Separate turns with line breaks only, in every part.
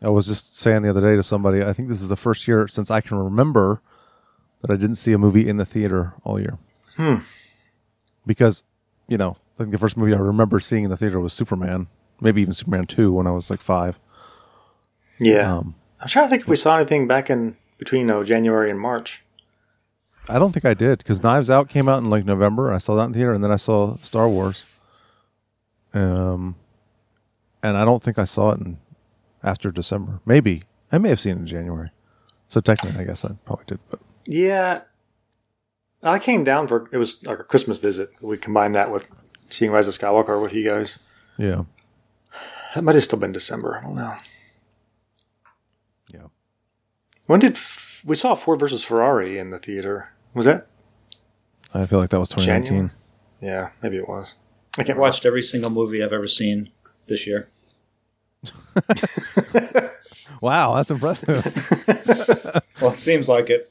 I was just saying the other day to somebody, I think this is the first year since I can remember that I didn't see a movie in the theater all year. Because, you know, I think the first movie I remember seeing in the theater was Superman, maybe even Superman 2 when I was like five.
Yeah.
Um,
I'm trying to think if we saw anything back in between oh, January and March.
I don't think I did because Knives Out came out in like November. and I saw that in theater, and then I saw Star Wars. Um, and I don't think I saw it in after December. Maybe I may have seen it in January. So technically, I guess I probably did. But
Yeah. I came down for it was like a Christmas visit. We combined that with seeing Rise of Skywalker with you guys.
yeah,
That might have still been December. I don't know.
yeah.
When did f- we saw Ford versus Ferrari in the theater? Was that
I feel like that was 2019.
January? Yeah, maybe it was. I
I
can't watch.
watched every single movie I've ever seen this year.
Wow, that's impressive.
Well, it seems like it.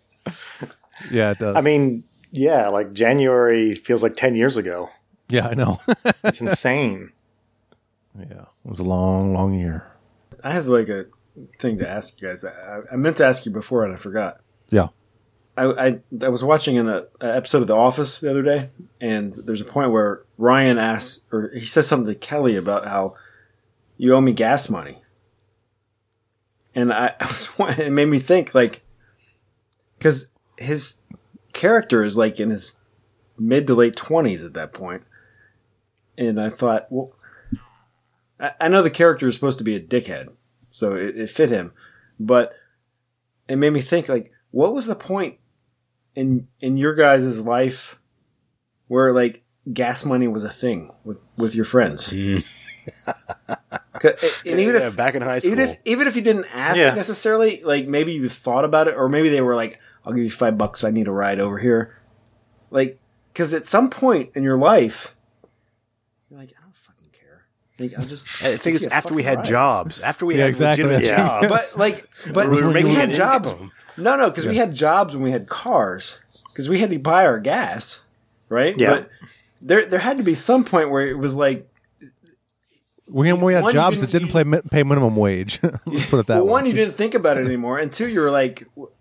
yeah, it does.
I mean, yeah, like January feels like ten years ago.
yeah, I know.
It's insane.
yeah, it was a long, long year.
I have like a thing to ask you guys. I, I- I meant to ask you before and I forgot.
Yeah.
I, I, I was watching an uh, episode of The Office the other day, and there's a point where Ryan asks, or he says something to Kelly about how you owe me gas money. And I, I was, it made me think, like, because his character is like in his mid to late 20s at that point. And I thought, well, I, I know the character is supposed to be a dickhead, so it, it fit him, but it made me think, like, what was the point in in your guys' life where like gas money was a thing with with your friends? 'Cause- and even
Yeah,
if
back in high school.
even if even if you didn't ask
Yeah.
necessarily, like maybe you thought about it, or maybe they were like, "I'll give you five bucks. I need a ride over here." Like, because at some point in your life, you're like, "I don't fucking care." Like, I'm just.
I think
give
it's
you a
after we
fucking
had
ride.
jobs. After we
Yeah,
had
exactly.
legitimate
Yeah.
jobs.
but like, but
We were
we,
making
had
an
jobs.
income.
No, no, because we had jobs when we had cars because we had to buy our gas, right?
Yeah.
But there, there had to be some point where it was like
We, we had
One, you
jobs that
didn't-
didn't play, mi- pay minimum wage. Let's put it that
well,
way.
one, you didn't think about it anymore, and two, you were like, "What?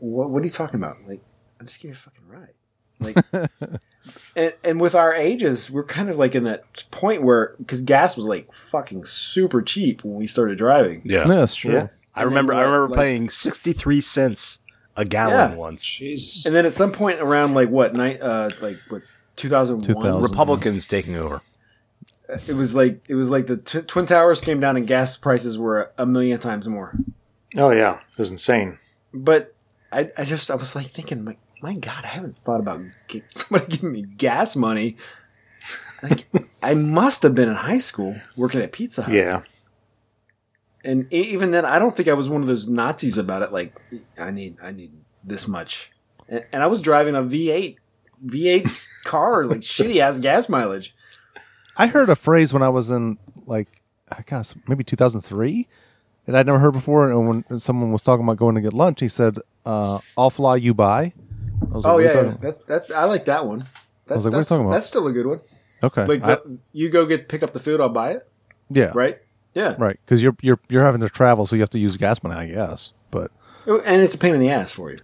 What are you talking about? Like, I'm just giving you a fucking ride." Like, and and with our ages, we're kind of like in that point where because gas was like fucking super cheap when we started driving.
yeah.
Yeah, that's true.
Yeah.
I remember. I remember
Like-
paying sixty three cents a gallon
Yeah.
once.
Jesus.
And then at some point around like what night, uh, like what 2001,
2000.
Republicans taking over.
it was like it was like the t- twin towers came down and gas prices were a million times more.
Oh yeah, it was insane.
but I, I just I was like thinking like my God I haven't thought about g- somebody giving me gas money. Like I must have been in high school working at Pizza Hut,
Yeah.
and e- even then I don't think I was one of those Nazis about it. Like I need I need this much, and, and I was driving a V eight V 8s cars like shitty ass gas mileage.
I heard a phrase when I was in like I guess maybe 2003 that I'd never heard before. And when someone was talking about going to get lunch, he said, uh, "I'll fly you by." I was
Oh
"What are you
yeah,
talking
yeah.
about?"
that's that's I like that one.
was
That's
like, what are you
that's,
talking about?
that's still a good one.
okay,
Like
I-
the, you go get pick up the food, I'll buy it.
yeah,
Right? Yeah.
right. Because you're you're you're having to travel, so you have to use gas money, I guess. But
And it's a pain in the ass for you.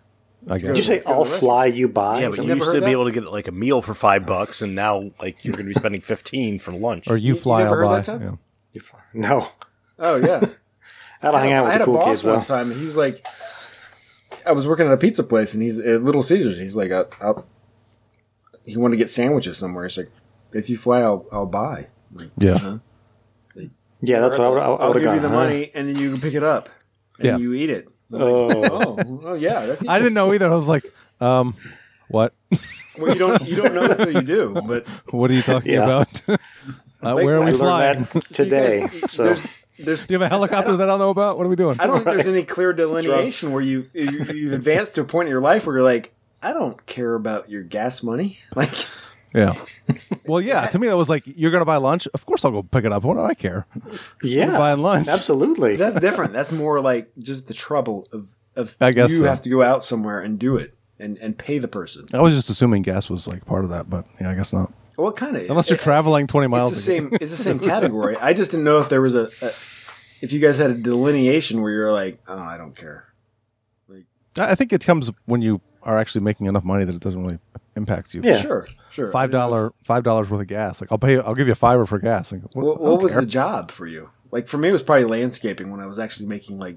I
Did you
guess
say
Go to
"I'll
the
fly you by"?
Yeah,
Is
but
that
you
never
used
heard
to be
that?
able to get like a meal for five bucks, and now like you're going to be spending fifteen for lunch.
or you
you
fly
never
I'll
heard
buy.
that term?
what- no,
Oh yeah.
I don't hang out
I
with
had
the
a
cool
boss
kids
one
though.
time, and he's like, I was working at a pizza place, and he's at Little Caesars. And he's like, I, I, he wanted to get sandwiches somewhere. He's like, if you fly, I'll, I'll buy.
Yeah, yeah.
Yeah, that's what I would. I
I'll
would
give
have
you the
gone. huh?
money, and then you can pick it up, and
Yeah.
you eat it.
Oh,
Oh, oh yeah, that's easy.
I didn't know either. I was like, um, what?
Well, you don't you don't know until you do, but
What are you talking
Yeah.
about? uh,
Like,
where are
I
we
I
flying?
learned
Do
that today.
You guys-
so
there's, there's
you have a helicopter that I don't know about? What are we doing?
I don't think there's any clear delineation where you, you you've advanced to a point in your life where you're like, I don't care about your gas money, like.
Yeah. Well, yeah. To me, that was like, you're gonna buy lunch. Of course, I'll go pick it up. What do I care?
yeah,
buying lunch.
Absolutely.
That's different. That's more like just the trouble of of
I guess
you
so.
have to go out somewhere and do it and and pay the person.
I was just assuming gas was like part of that, but yeah, I guess not.
What kind of
Unless you're traveling 20
It's
miles. to
the
get-
same. It's the same category. I just didn't know if there was a, a if you guys had a delineation where you're like, oh, I don't care.
I I think it comes when you are actually making enough money that it doesn't really impact you.
Yeah.
Sure, sure.
Five dollar, five dollars worth of gas. Like I'll pay, I'll give you a fiver for gas. Like, wh-
What,
I don't
what was
care.
the job for you? Like for me, it was probably landscaping when I was actually making like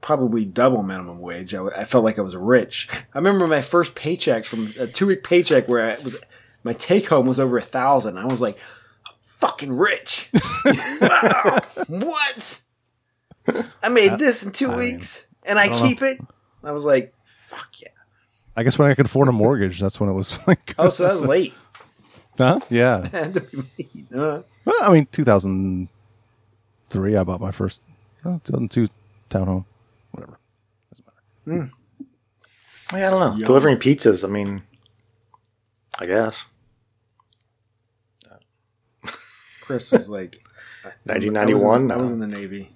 probably double minimum wage. I, w- I felt like I was rich. I remember my first paycheck from a two week paycheck where I was my take home was over a thousand. I was like, I'm fucking rich. Wow. What? I made this in two weeks and I,
don't
keep it. I was like, fuck yeah.
I guess when I could afford a mortgage, that's when it was like,
Oh, so that was late.
huh? Yeah.
Had to be late. Uh,
Well, I mean, 2003, I bought my first oh, 2002 townhome, whatever.
Yeah, I don't know. Delivering pizzas. I mean, I guess
Chris was like,
1991.
I was in
no.
the Navy.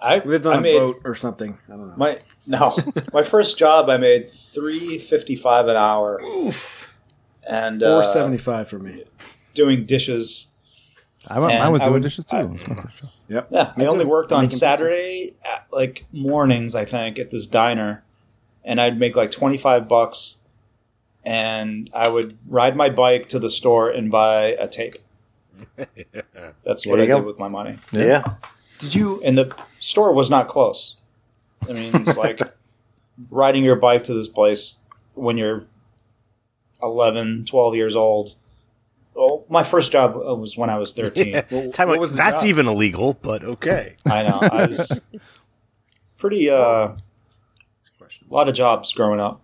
I,
We lived on
I
a
made
boat or something. I don't know.
my no my first job. I made three fifty five an hour. Oof. And
Four
uh,
seventy five for me.
doing dishes.
I, went-
And
I was
I
doing
would-
dishes too.
I-
It was my first job.
Yep.
Yeah, I
That's
only
it.
worked on
Making pizza.
Saturday at, like mornings, I think, at this diner, and I'd make like twenty five bucks, and I would ride my bike to the store and buy a tape. That's what
There
I
you go.
did with my money,
Yeah.
Did you?
and the store was not close. I mean, it's like riding your bike to this place when you're 11, 12 years old. Oh, my first job uh, was when I was thirteen.
Time
what
out.
was the
that's
job?
even illegal, but okay.
I know. I was pretty uh a lot of jobs growing up.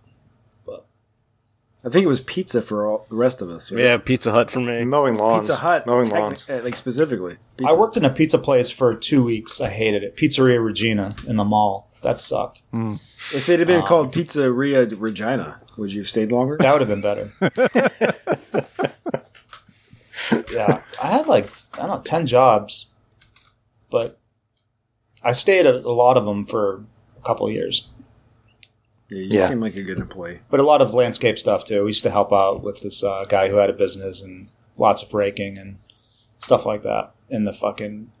I think it was pizza for all the rest of us. right?
Yeah, Pizza Hut for me.
Mowing lawns.
Pizza Hut,
Mowing
techni-
lawns.
uh, like specifically. Pizza.
I worked in a pizza place for 2 weeks. I hated it. Pizzeria Regina in the mall. That sucked.
If it had been called Pizzeria Regina, would you have stayed longer?
That would have been better. yeah. I had like I don't know 10 jobs. But I stayed at a lot of them for a couple of years.
Yeah, you
Yeah.
seem like a good employee.
But a lot of landscape stuff too. We used to help out with this uh, guy who had a business and lots of raking and stuff like that in the fucking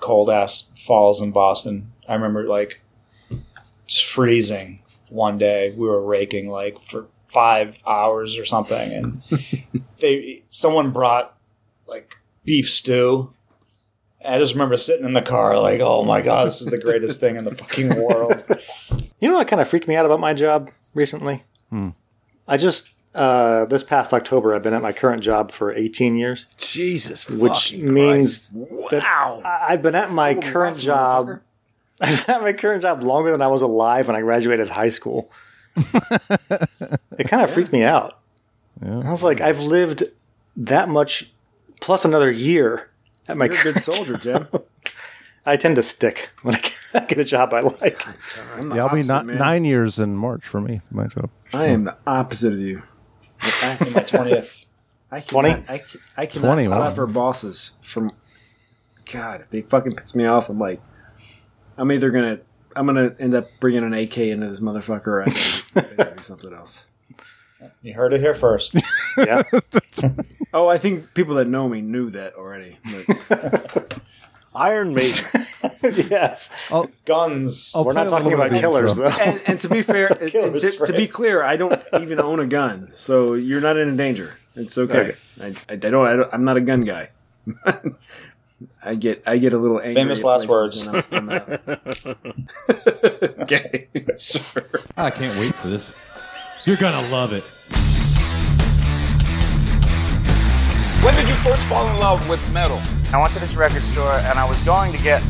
cold ass falls in Boston. I remember like it's freezing one day. We were raking like for five hours or something, and they someone brought like beef stew. And I just remember sitting in the car like, oh my god, this is the greatest thing in the fucking world.
You know what kind of freaked me out about my job recently?
Hmm.
I just uh, this past October, I've been at my current job for 18 years,
Jesus,
which means I- I've been at my current job.
motherfucker.
I've been at my current job longer than I was alive when I graduated high school. it kind of freaked me out. I was like, I've lived that much plus another year at my.
You're a
current
good soldier, Jim.
I tend to stick when I get- I get a job I like.
I'm the
Yeah, I'll be
opposite,
not,
man.
nine years in March for me. My job.
I am the opposite of you.
In my twentieth,
I
20?
cannot, I, ca- I cannot
20, wow.
suffer bosses from. God, if they fucking piss me off, I'm like, I'm either gonna, I'm gonna end up bringing an AK into this motherfucker, or I'm gonna- gonna do something else.
you heard it here first.
Yeah.
Oh, I think people that know me knew that already. But
Iron Maiden.
yes.
Guns.
I'll
We're
play
not
a
talking
little bit
about
of the
killers,
intro.
though.
and, and to be fair, and
Killer
to, to be
phrase.
clear, I don't even own a gun, so you're not in danger. It's okay. I, I don't. I don't. I'm not a gun guy. I get. I get a little angry.
Famous
at
last words.
places and I'm- I'm out. okay. Sure.
I can't wait for this. You're gonna love it.
When did you first fall in love with metal?
I went to this record store and I was going to get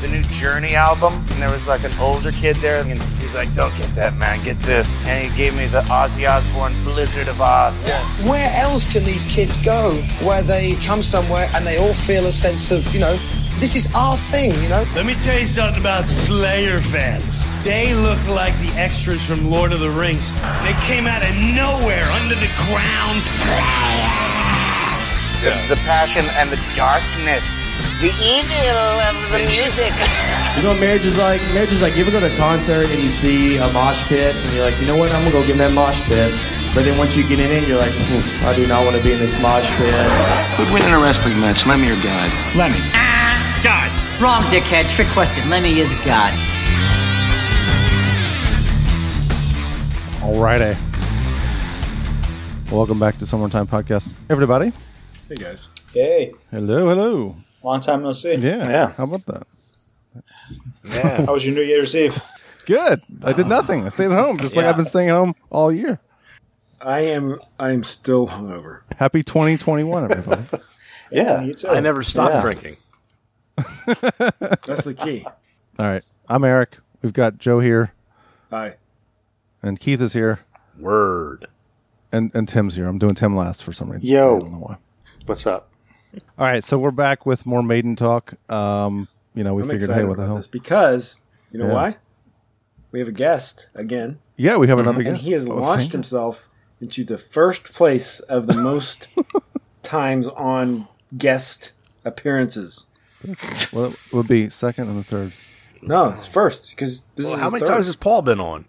the new Journey album, and there was like an older kid there, and he's like, "Don't get that, man. Get this." And he gave me the Ozzy Osbourne Blizzard of Oz.
where else can these kids go where they come somewhere and they all feel a sense of, you know, this is our thing, you know?
Let me tell you something about Slayer fans. They look like the extras from Lord of the Rings. They came out of nowhere, under the ground.
The, the passion and the darkness, the evil of the music.
You know what marriage is like? Marriage is like you ever go to a concert and you see a mosh pit and you're like, you know what, I'm gonna go give them that mosh pit.
But then once you get in it, you're like, "Oof, I do not want to be in this mosh pit.
Would win in a wrestling match, Lemmy or God? Lemmy.
Ah, God. Wrong, dickhead. Trick question. Lemmy is God.
Alrighty. Welcome back to Summertime Podcast, everybody.
Hey guys.
Hey.
Hello, hello.
Long time no see.
Yeah. Yeah. How about that?
Yeah. How was your New Year's Eve?
Good. I did nothing. I stayed at home, just like
Yeah.
I've been staying at home all year.
I am I am still hungover.
Happy 2021, everybody.
Yeah, me too.
I never stopped
Yeah.
drinking.
That's the key.
all right. I'm Eric. We've got Joe here,
Hi.
and Keith is here.
Word.
And and Tim's here. I'm doing Tim last for some reason.
Yo.
What's up? All right. So we're back with more Maiden talk. Um, you know, we
I'm
figured,
excited
hey, what the
about
hell?
this because you know
Yeah.
why? We have a guest again.
Yeah, we have another
And
guest.
he has
Oh,
launched
same.
himself into the first place of the most times on guest appearances.
Well, it would be second and the third.
No, it's first because this
Well,
is
how
his
many
third.
times has Paul been on?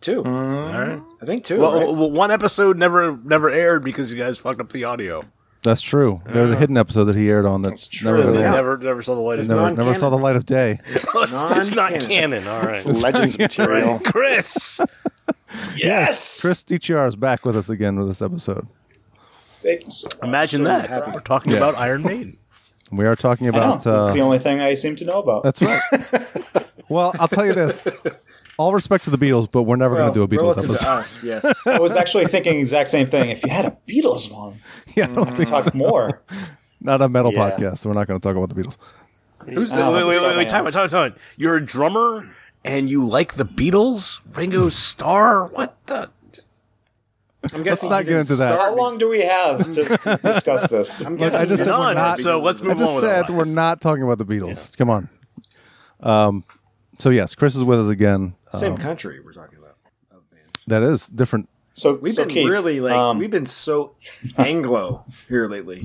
Two.
All right.
I think two.
well,
right?
well, one episode never never aired because you guys fucked up the audio.
That's true. There's a
Yeah.
hidden episode that he aired on that's, never
Never,
been aired.
never, never saw the light of day.
never, never saw the light of day.
it's, it's not canon. All right.
It's Legends not canon. material.
Right, Chris. yes.
Chris DTR is back with us again with this episode.
Imagine that. We're talking
Yeah.
about Iron Maiden.
We are talking about.
I know. It's
Uh,
the only thing I seem to know about.
That's right. well, I'll tell you this. All respect to the Beatles, but we're never going to do a Beatles episode.
yes.
I was actually thinking the exact same thing. If you had a Beatles one,
yeah, I don't think
talk more.
Not a metal
Mm-hmm. Yeah.
podcast. So we're not going to talk about the Beatles.
Who's
the-
Oh, wait, wait, wait,
Yeah.
wait, time, out, time, out, time. out. You're a drummer and you like the Beatles, Ringo Starr. What the?
I'm
Let's guessing not he get didn't into that. start
How long do we have to, to discuss this?
I'm
Look, I just said we're not. I just said we're not talking about the Beatles. Come on. Um, so yes, Chris is with us again.
Same
Um,
country we're talking about.
that is different.
So
We've
so
been
Keith,
really like
um,
we've been so Anglo here lately.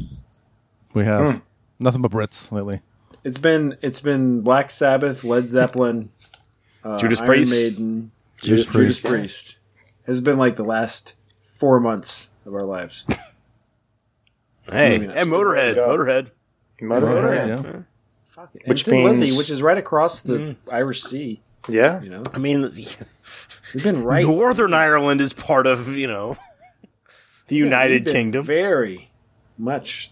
We
Hmm.
have nothing but Brits lately.
It's been it's been Black Sabbath, Led Zeppelin, uh,
Judas
Iron
Priest.
Maiden,
Judas
Judas, Judas
Priest.
Priest. has been like the last four months of our lives.
Hey,
Maybe
and
not.
Motorhead, Motorhead,
Motorhead,
yeah.
And
Which
Thin
means-
Lizzy, which is right across the
Mm.
Irish Sea.
Yeah,
you know,
I mean,
we've been right.
Northern Ireland is part of you know the United
been
Kingdom.
Very much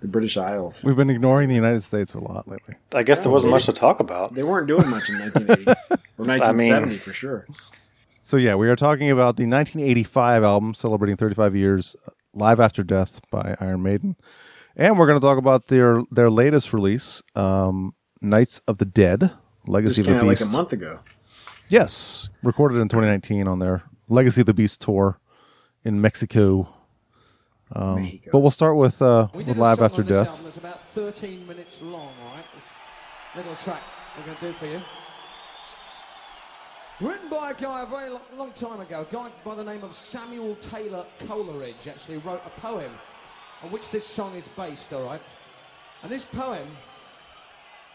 the British Isles.
We've been ignoring the United States a lot lately.
I guess
Oh,
there wasn't much to talk about.
They weren't doing much in 1980 or 1970 for sure.
So yeah, we are talking about the 1985 album celebrating 35 years live after death by Iron Maiden, and we're going to talk about their their latest release, um, Knights of the Dead: Legacy
Just
of the
kind of like
Beast.
a month ago.
Yes, recorded in 2019 on their Legacy of the Beast tour in Mexico. Um, But we'll start with uh, with Live After Death.
It's about 13 minutes long, right? This little track we're going to do for you. Written by a guy a very long, long time ago, a guy by the name of Samuel Taylor Coleridge, actually wrote a poem on which this song is based, all right? And this poem,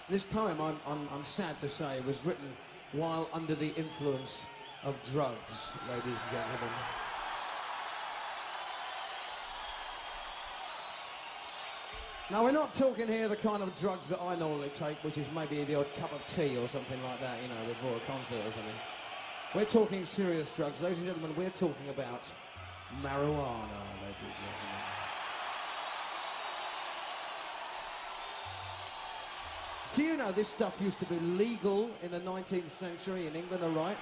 this poem, I'm, I'm, I'm sad to say, was written while under the influence of drugs, ladies and gentlemen. Now, we're not talking here the kind of drugs that I normally take, which is maybe the odd cup of tea or something like that, you know, before a concert or something. We're talking serious drugs. Ladies and gentlemen, we're talking about marijuana, ladies and gentlemen. Do you know this stuff used to be legal in the 19th century in England, all right?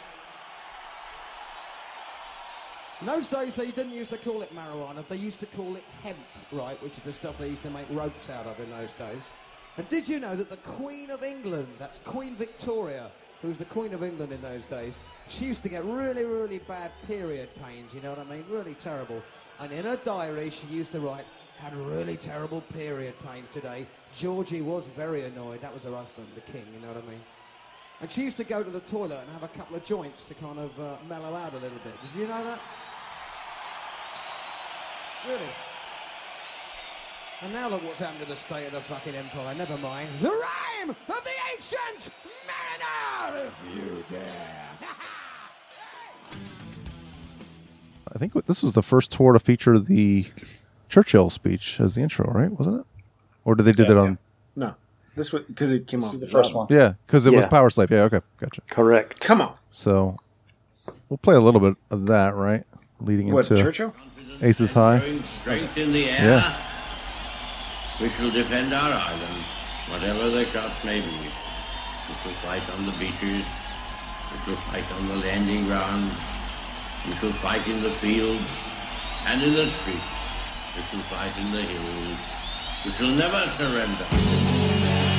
In those days, they didn't used to call it marijuana. They used to call it hemp, right, which is the stuff they used to make ropes out of in those days. And did you know that the Queen of England, that's Queen Victoria, who was the Queen of England in those days, she used to get really, really bad period pains, you know what I mean? Really terrible. And in her diary, she used to write, had really terrible period pains today. Georgie was very annoyed. That was her husband, the king, you know what I mean? And she used to go to the toilet and have a couple of joints to kind of uh, mellow out a little bit. Did you know that? Really? And now look what's happened to the state of the fucking empire. Never mind. The rhyme of the ancient mariner, if you dare.
I think this was the first tour to feature the Churchill speech as the intro, right? Wasn't it? Or did they do that on?
No, this was because it came
This
off
is the first
album.
Yeah, because it was Power Slave. Yeah, okay, gotcha.
Correct.
Come on.
So we'll play a little bit of that, right? Leading
What,
into
Churchill?
Aces High.
Going straight in the air.
Yeah.
We shall defend our island, whatever the cost may be. We shall fight on the beaches. We shall fight on the landing grounds. We shall fight in the fields and in the streets. We shall fight in the hills. We shall never surrender.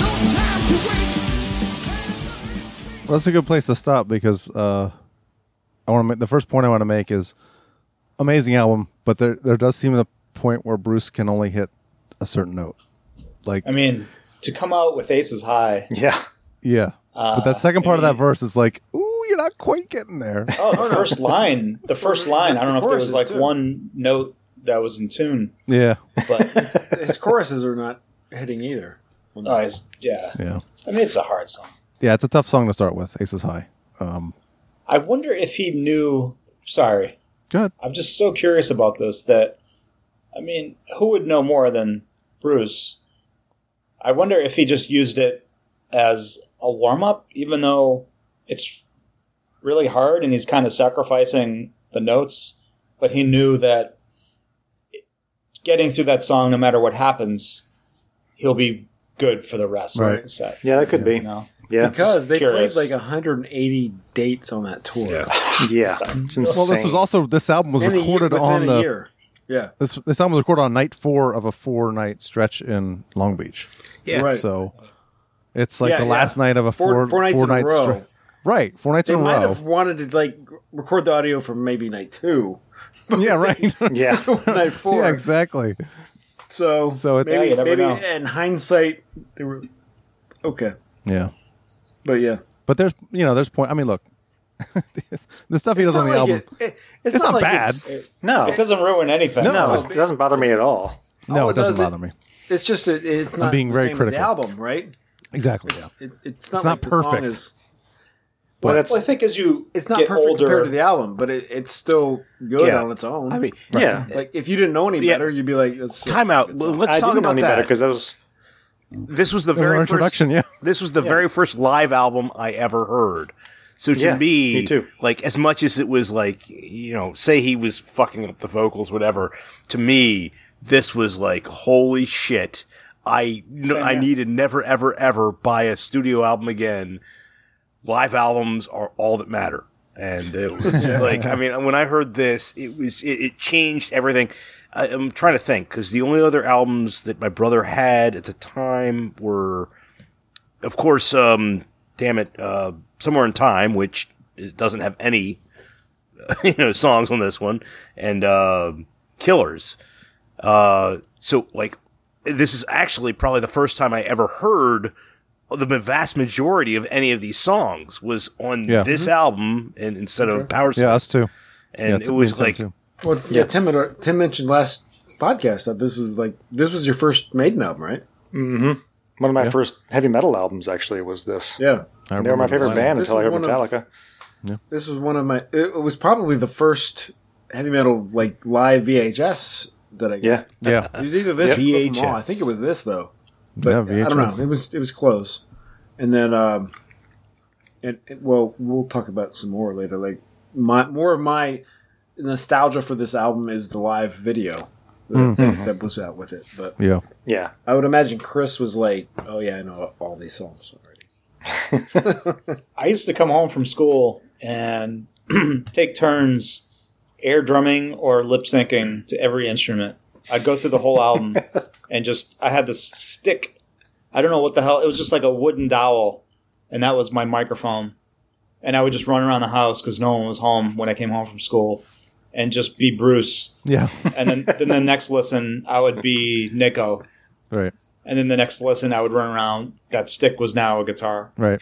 No time to wait.
Well, that's a good place to stop because uh, I want to make the first point I want to make is amazing album, but there there does seem a point where Bruce can only hit a certain note. Like
I mean, to come out with aces high.
Yeah.
yeah, but that
Uh,
second part of that
maybe-
verse is like, ooh, you're not quite getting there.
Oh, the first line. The first line. I don't know if there was
Choruses,
like
too.
one note that was in tune.
yeah,
His choruses are not hitting either.
Oh, it's, yeah.
yeah,
I mean, it's a hard song.
yeah. It's a tough song to start with. Aces High. Um,
I wonder if he knew. Sorry.
Good.
I'm just so curious about this that, I mean, who would know more than Bruce? I wonder if he just used it as a warm up, even though it's really hard and he's kind of sacrificing the notes, but he knew that getting through that song, no matter what happens, he'll be good for the rest of
Right.
the set.
Yeah, that could be.
You know?
because
Just
they
curious.
played like 180 dates on that tour.
Yeah, It's
well, this
insane.
was also this album was
In a year-
recorded
within
on
a
the
year. Yeah.
This this album was recorded on night four of a four night stretch in Long Beach.
Yeah. Right.
So it's like
Yeah,
the
yeah.
last night of a four
Four- four nights in a
night
row.
stretch. Right, four nights
They
in a
might
row.
have wanted to like record the audio for maybe night two.
yeah, right.
yeah,
night four.
Yeah, exactly.
So,
So it's- Yeah,
maybe,
you never
maybe
know.
in hindsight, they were okay.
Yeah,
But yeah,
but there's you know there's point. I mean, look, this, the stuff he does on the album. it's not bad.
no,
It doesn't ruin anything.
No, it's- it doesn't bother me at all.
no,
all
it doesn't
does
bother me.
It's just that it's
I'm
not
being
the
very
same
critical.
as the album, right?
Exactly. Yeah.
It, it's not,
It's not
like the song
perfect.
is-
Well,
Well, that's-
Well, I think as you
it's not
get
perfect
older,
compared to the album, but it, it's still good
Yeah.
on its own.
I mean, Right. yeah.
like if you didn't know any better, you'd be like, "That's
Time out.
it's not-
Let's
I
talk
didn't know
about
any
that.
better 'cause
that was. This was the
They were
very
introduction,
First,
yeah.
This was the very first live album I ever heard. So to
Yeah,
me,
me too.
like as much as it was like you know, say he was fucking up the vocals, whatever. To me, this was like holy shit. I no,
Same
I
here.
need to never ever ever buy a studio album again. Live albums are all that matter. And it was like, I mean, when I heard this, it was it, it changed everything. I, I'm trying to think because the only other albums that my brother had at the time were, of course, um, damn it, uh, somewhere in time, which is, doesn't have any, you know, songs on this one, and uh, Killers. Uh, so like, this is actually probably the first time I ever heard the vast majority of any of these songs was on
Yeah.
this
Mhm.
album, and instead of Power.
Yeah, us too.
And
Yeah,
it
t-
was
me
like-
too.
Well, yeah. Tim, had, Tim mentioned last podcast that this was like this was your first Maiden album, right?
Mm-hmm. One of my
Yeah.
first heavy metal albums actually was this.
Yeah,
I they were my
remember
favorite
this.
band
This
until I
is
heard
one of-
Metallica.
This was one of my. It was probably the first heavy metal like live VHS that I got.
Yeah.
Yeah.
It was either this or Cliff
VHS.
Maw. I think it was this though. But
Yeah,
I don't
VHS.
know. It was it was close. And then um and, and- well, we'll talk about some more later. Like my more of my nostalgia for this album is the live video that,
Mhm.
that, that was out with it. But
Yeah.
Yeah.
I would imagine Chris was like, "Oh yeah, I know all these songs already."
I used to come home from school and take turns air drumming or lip syncing to every instrument. I'd go through the whole album and just I had this stick. I don't know what the hell. It was just like a wooden dowel, and that was my microphone. And I would just run around the house because no one was home when I came home from school, and just be Bruce.
Yeah.
And then, then the next listen, I would be Nico.
Right.
And then the next lesson, I would run around. That stick was now a guitar.
Right.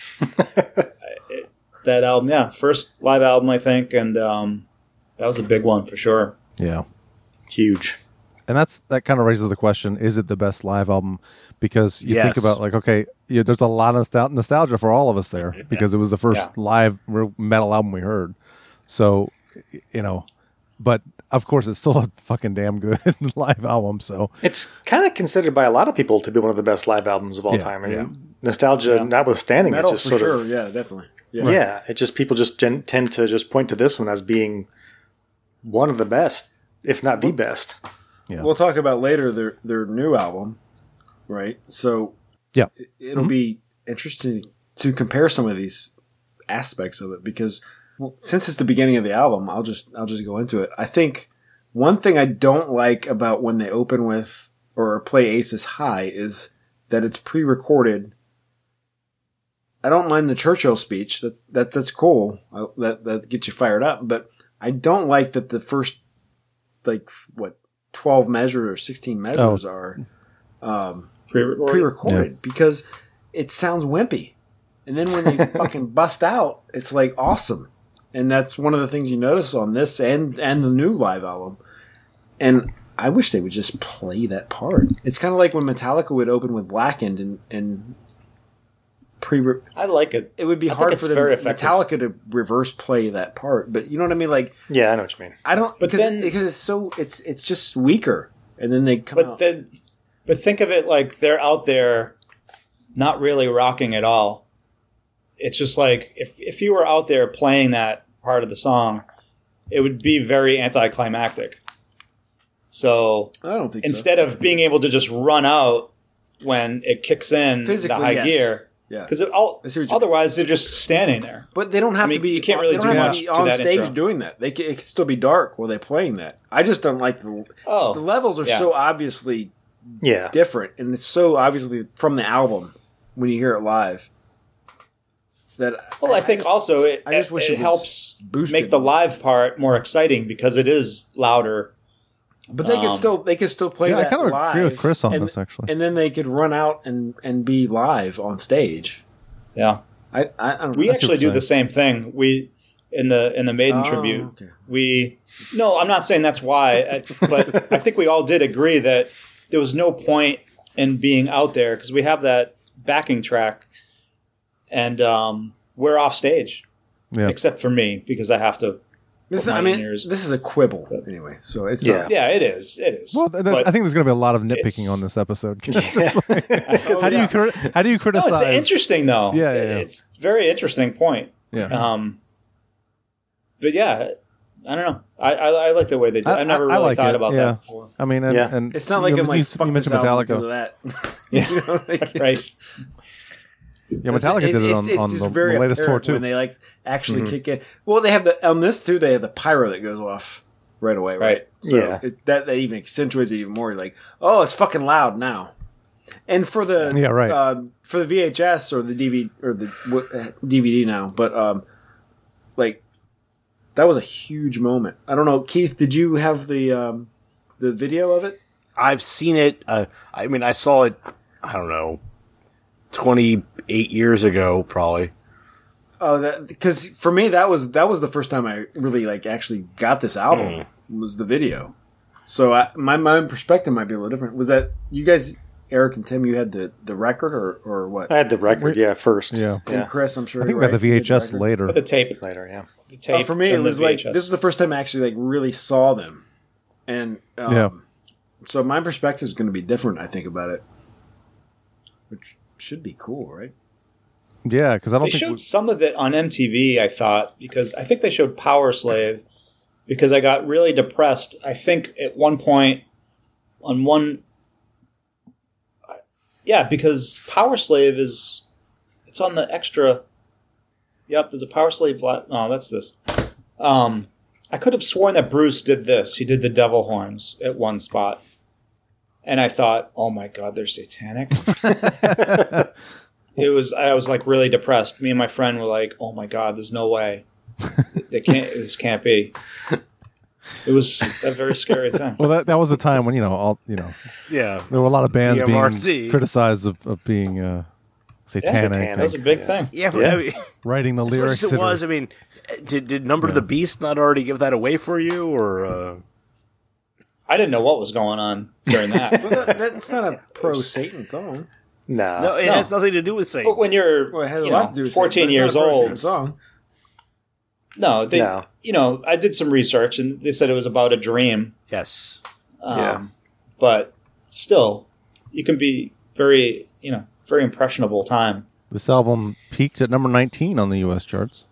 That album, yeah, first live album, I think, and um, that was a big one for sure.
Yeah.
Huge.
And that's that kind of raises the question: Is it the best live album? Because you think
Yes.
about like, okay, yeah, there's a lot of nostal- nostalgia for all of us there because it was the first
Yeah.
live real metal album we heard. So, y- you know, but of course, it's still a fucking damn good live album. So,
It's kind of considered by a lot of people to be one of the best live albums of all
Yeah,
time. And
yeah.
nostalgia notwithstanding,
Metal
it just
for
sort
sure.
of
yeah, definitely.
yeah. It just people just gen- tend to just point to this one as being one of the best, if not the best.
Yeah.
We'll talk about later their their new album, right? So
yeah,
it- it'll
Mhm.
be interesting to compare some of these aspects of it because well, since it's the beginning of the album, I'll just I'll just go into it. I think one thing I don't like about when they open with or play Aces High is that it's pre-recorded. I don't mind the Churchill speech. That's that that's cool. I, that that gets you fired up, but I don't like that the first like what 12 measures or 16 measures are um,
pre-recorded,
Yeah.
because it sounds wimpy. And then when they fucking bust out, it's like awesome. And that's one of the things you notice on this and and the new live album. And I wish they would just play that part. It's kind of like when Metallica would open with Blackened and and pre
I like it.
It would be
I think
hard
it's
for the
very effective.
Metallica to reverse play that part, but you know what I mean like
Yeah, I know what you mean.
I don't
But
because,
then-
because it's so it's it's just weaker, and then they come
But
out.
then, but think of it like they're out there, not really rocking at all. It's just like if if you were out there playing that part of the song, it would be very anticlimactic. So
I don't think so.
instead of being able to just run out when it kicks in
Physically,
the high
yes.
gear,
Yeah.
because otherwise they're just standing there.
But they don't have
I mean,
to be.
you can't really
they don't
do
have
much
to be
to
on
that
stage
intro.
doing that. They can, it can still be dark while they're playing that. I just don't like the.
Oh,
the levels are
yeah.
so obviously
Yeah.
different, and it's so obviously from the album when you hear it live. That
Well, I think also it,
I just wish
it,
it was
helps make the live part more exciting because it is louder.
but they could
Um,
still they could still play.
Yeah, I
that
kind of agree with
live,
Chris on
and-
this, actually.
And then they could run out and and be live on stage.
Yeah,
I I, I don't
we actually do the same thing. We in the in the maiden
Oh,
tribute. We no, I'm not saying that's why, I- but I think we all did agree that there was no point in being out there because we have that backing track, and um, we're off stage,
Yeah.
except for me because I have to.
This is,
put my
I mean,
in-ears.
this is a quibble anyway, so it's
yeah,
not-
yeah, it is, it is.
well, th- there's-
But-
I think there's going to be a lot of
it's-
nitpicking on this episode. 'cause it's like, how do you cri- how do you
No,
criticize?
it's interesting though.
Yeah, yeah, yeah.
it's a very interesting point.
Yeah.
Um, but yeah, I don't know. I I, I like the way they did. it. I've never really
like
thought
it,
about
yeah.
that before.
I mean, and,
Yeah.
and
It's not like
you,
I'm like
you,
fuck
you mentioned
this album
Metallica.
because of that. You know, like-
right.
Yeah, Metallica did it on, on
just
the,
very
the latest tour
apparent
too.
When they like actually
Mm-hmm.
Mhm.
kick in, well, they have the on this too. They have the pyro that goes off right away, right?
Right.
So
Yeah.
it, that that even accentuates it even more. You're Like, oh, it's fucking loud now. And for the
Yeah, right.
um, for the VHS or the DVD or the w- uh, DVD now, but um, like that was a huge moment. I don't know, Keith. Did you have the um, the video of it?
I've seen it. Uh, I mean, I saw it. I don't know, twenty eight years ago, probably.
Oh, that because for me that was that was the first time I really like actually got this album
Mm.
was the video. So I, my my perspective might be a little different. Was that you guys, Eric and Tim, you had the the record or or what?
I had the record, yeah, first.
Yeah.
And Chris, I'm sure
I think we
you're
got the
right, you had
VHS
record.
later.
But the tape
later, yeah.
The tape.
Uh, for me, it
then the
was like
VHS.
this is the first time I actually like really saw them, and um,
Yeah.
So my perspective is going to be different. I think about it, which should be cool, right?
Yeah, because I don't
they
think
showed some of it on MTV. I thought because I think they showed Power Slave, because I got really depressed. I think at one point, on one, yeah, because Power Slave is it's on the extra. Yep, there's a Power Slave. Lot. Oh, that's this. Um, I could have sworn that Bruce did this. He did the devil horns at one spot, and I thought, oh my god, they're satanic. it was I was like really depressed. Me and my friend were like, "Oh my god, there's no way. They can't. this can't be." It was a very scary thing.
Well, that, that was a time when you know all you know.
Yeah.
there were a lot of bands
DMRC.
being criticized of, of being uh, satanic. uh,
satanic. That was a big thing.
Yeah, but I mean,
writing the
as much
lyrics.
as
that
it
are-
was. I mean, did did Number to the Beast not already give that away for you, or uh...
I didn't know what was going on during that.
well, that, that's not a pro Satan song.
no, it has nothing to do with Satan.
But when you're
Well, it has a
you
lot
know,
to do with
14
Satan, but it's
years
not a pro
old,
Satan song.
no, they,
No.
you know, I did some research and they said it was about a dream.
Yes.
Um,
Yeah.
But still, you can be very, you know, very impressionable time.
This album peaked at number 19 on the U.S. charts,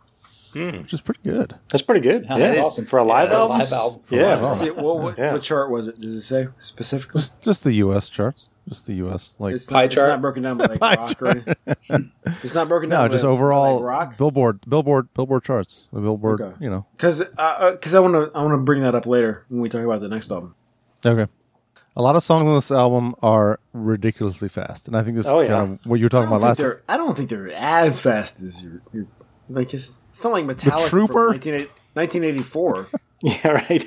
Hmm.
which is pretty good.
That's pretty good.
Yeah, that's awesome. For a live album? For a
Yeah.
live album.
See, well, what, what chart was it? Does it say specifically?
Oh. Just, just the U.S. charts, just the U.S. like
It's not- Pie it's chart? not broken down by, like,
Pie
rock or anything?
chart.
It's not broken
No,
down by-
just
by, like,
overall
rock?
Billboard, Billboard, Billboard charts. The Billboard,
Okay.
you know.
Because because uh, I want to I want to bring that up later when we talk about the next album.
Okay. A lot of songs on this album are ridiculously fast, and I think this
Oh,
is
yeah.
kind of what you were talking
I don't
about last.
think they're- I don't think they're as fast as your, your like it's it's not like Metallica
Trooper?
from 1980 1984.
yeah, right.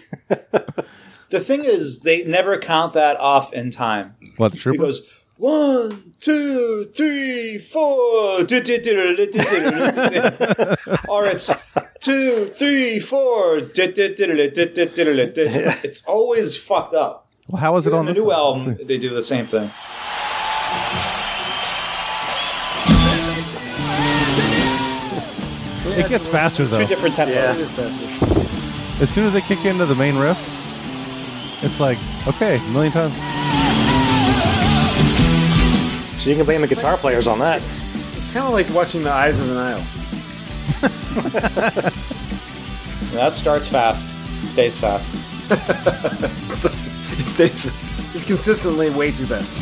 The thing is, they never count that off in time.
What the trooper?
It goes one, two, three, four, du- du- du- du- du- du- du- du- du- du- or it's two, three, four. du- du- du- du- du- du- du- du- du- du- It's always fucked up.
Well, how is it on
In the new album? They do the same thing.
It gets faster though.
Two different tempos.
Yeah.
As soon as they kick into the main riff, it's like okay, a million times.
So you can blame the guitar players on that.
It's kind of like watching the Eyes of the Nile.
That starts fast, stays fast.
it stays. It's consistently way too fast.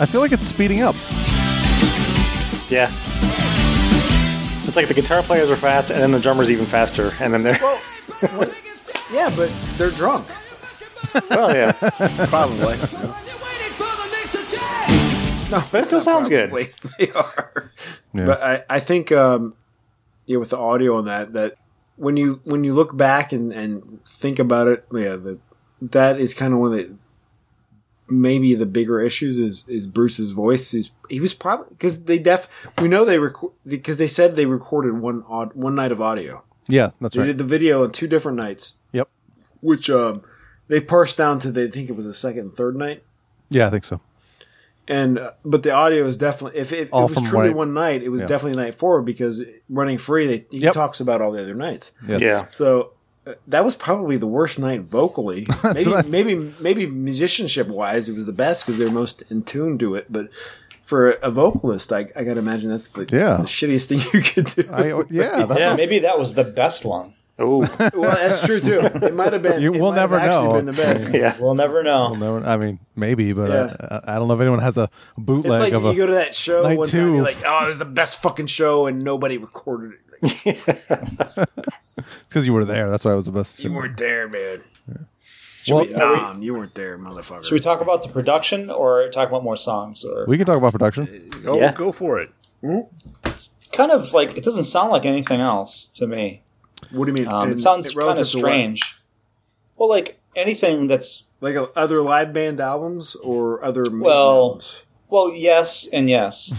I feel like it's speeding up.
Yeah. It's like the guitar players are fast, and then the drummer's even faster, and then they're.
Yeah, but they're drunk.
well, Oh, yeah.
Probably. No,
but it still sounds good.
They are.
Yeah.
But I, I think um, yeah, with the audio on that, that when you when you look back and, and think about it, yeah, that that is kind of one of the maybe the bigger issues is is Bruce's voice. He's, he was probably because they def we know they record because they said they recorded one odd one night of audio.
Yeah, that's
they
right.
did the video on two different nights.
Yep.
Which um, they parsed down to they think it was the second and third night
Yeah, I think so.
and uh, but the audio is definitely if it, it
All
was
from
truly
right-
one night, it was
yeah.
definitely night four because running free, they, he talks about all the other nights.
Yes. Yeah.
So uh, that was probably the worst night vocally. maybe
what I-
maybe maybe musicianship wise, it was the best because they're most in tune to it. But for a vocalist, I, I got to imagine that's the,
Yeah.
the shittiest thing you could do.
I- yeah, that's-
Yeah, maybe that was the best one.
Oh,
well, that's true too. It might have been.
You-
it
we'll
might have
never
actually
know.
Been the best.
yeah.
We'll never know.
Well, no, I mean, maybe, but
Yeah.
I, I don't know if anyone has a
It's
bootleg
like
of a.
you go to that show
night
one time,
two.
you're like, oh, it was the best fucking show, and nobody recorded it.
It's because you were there. That's why it was the best.
You
shit.
weren't there, man.
Should Well- we-
Nom, you weren't there, motherfucker.
Should we talk about the production or talk about more songs? Or
We can talk about production.
Go,
Yeah.
go for it.
kind of like it doesn't sound like anything else to me.
What do you mean?
Um,
In-
it sounds
in
kind
relative
of
to what?
strange. Well, like anything that's
Like uh, other live band albums or other movie
well,
albums?
well, yes and yes,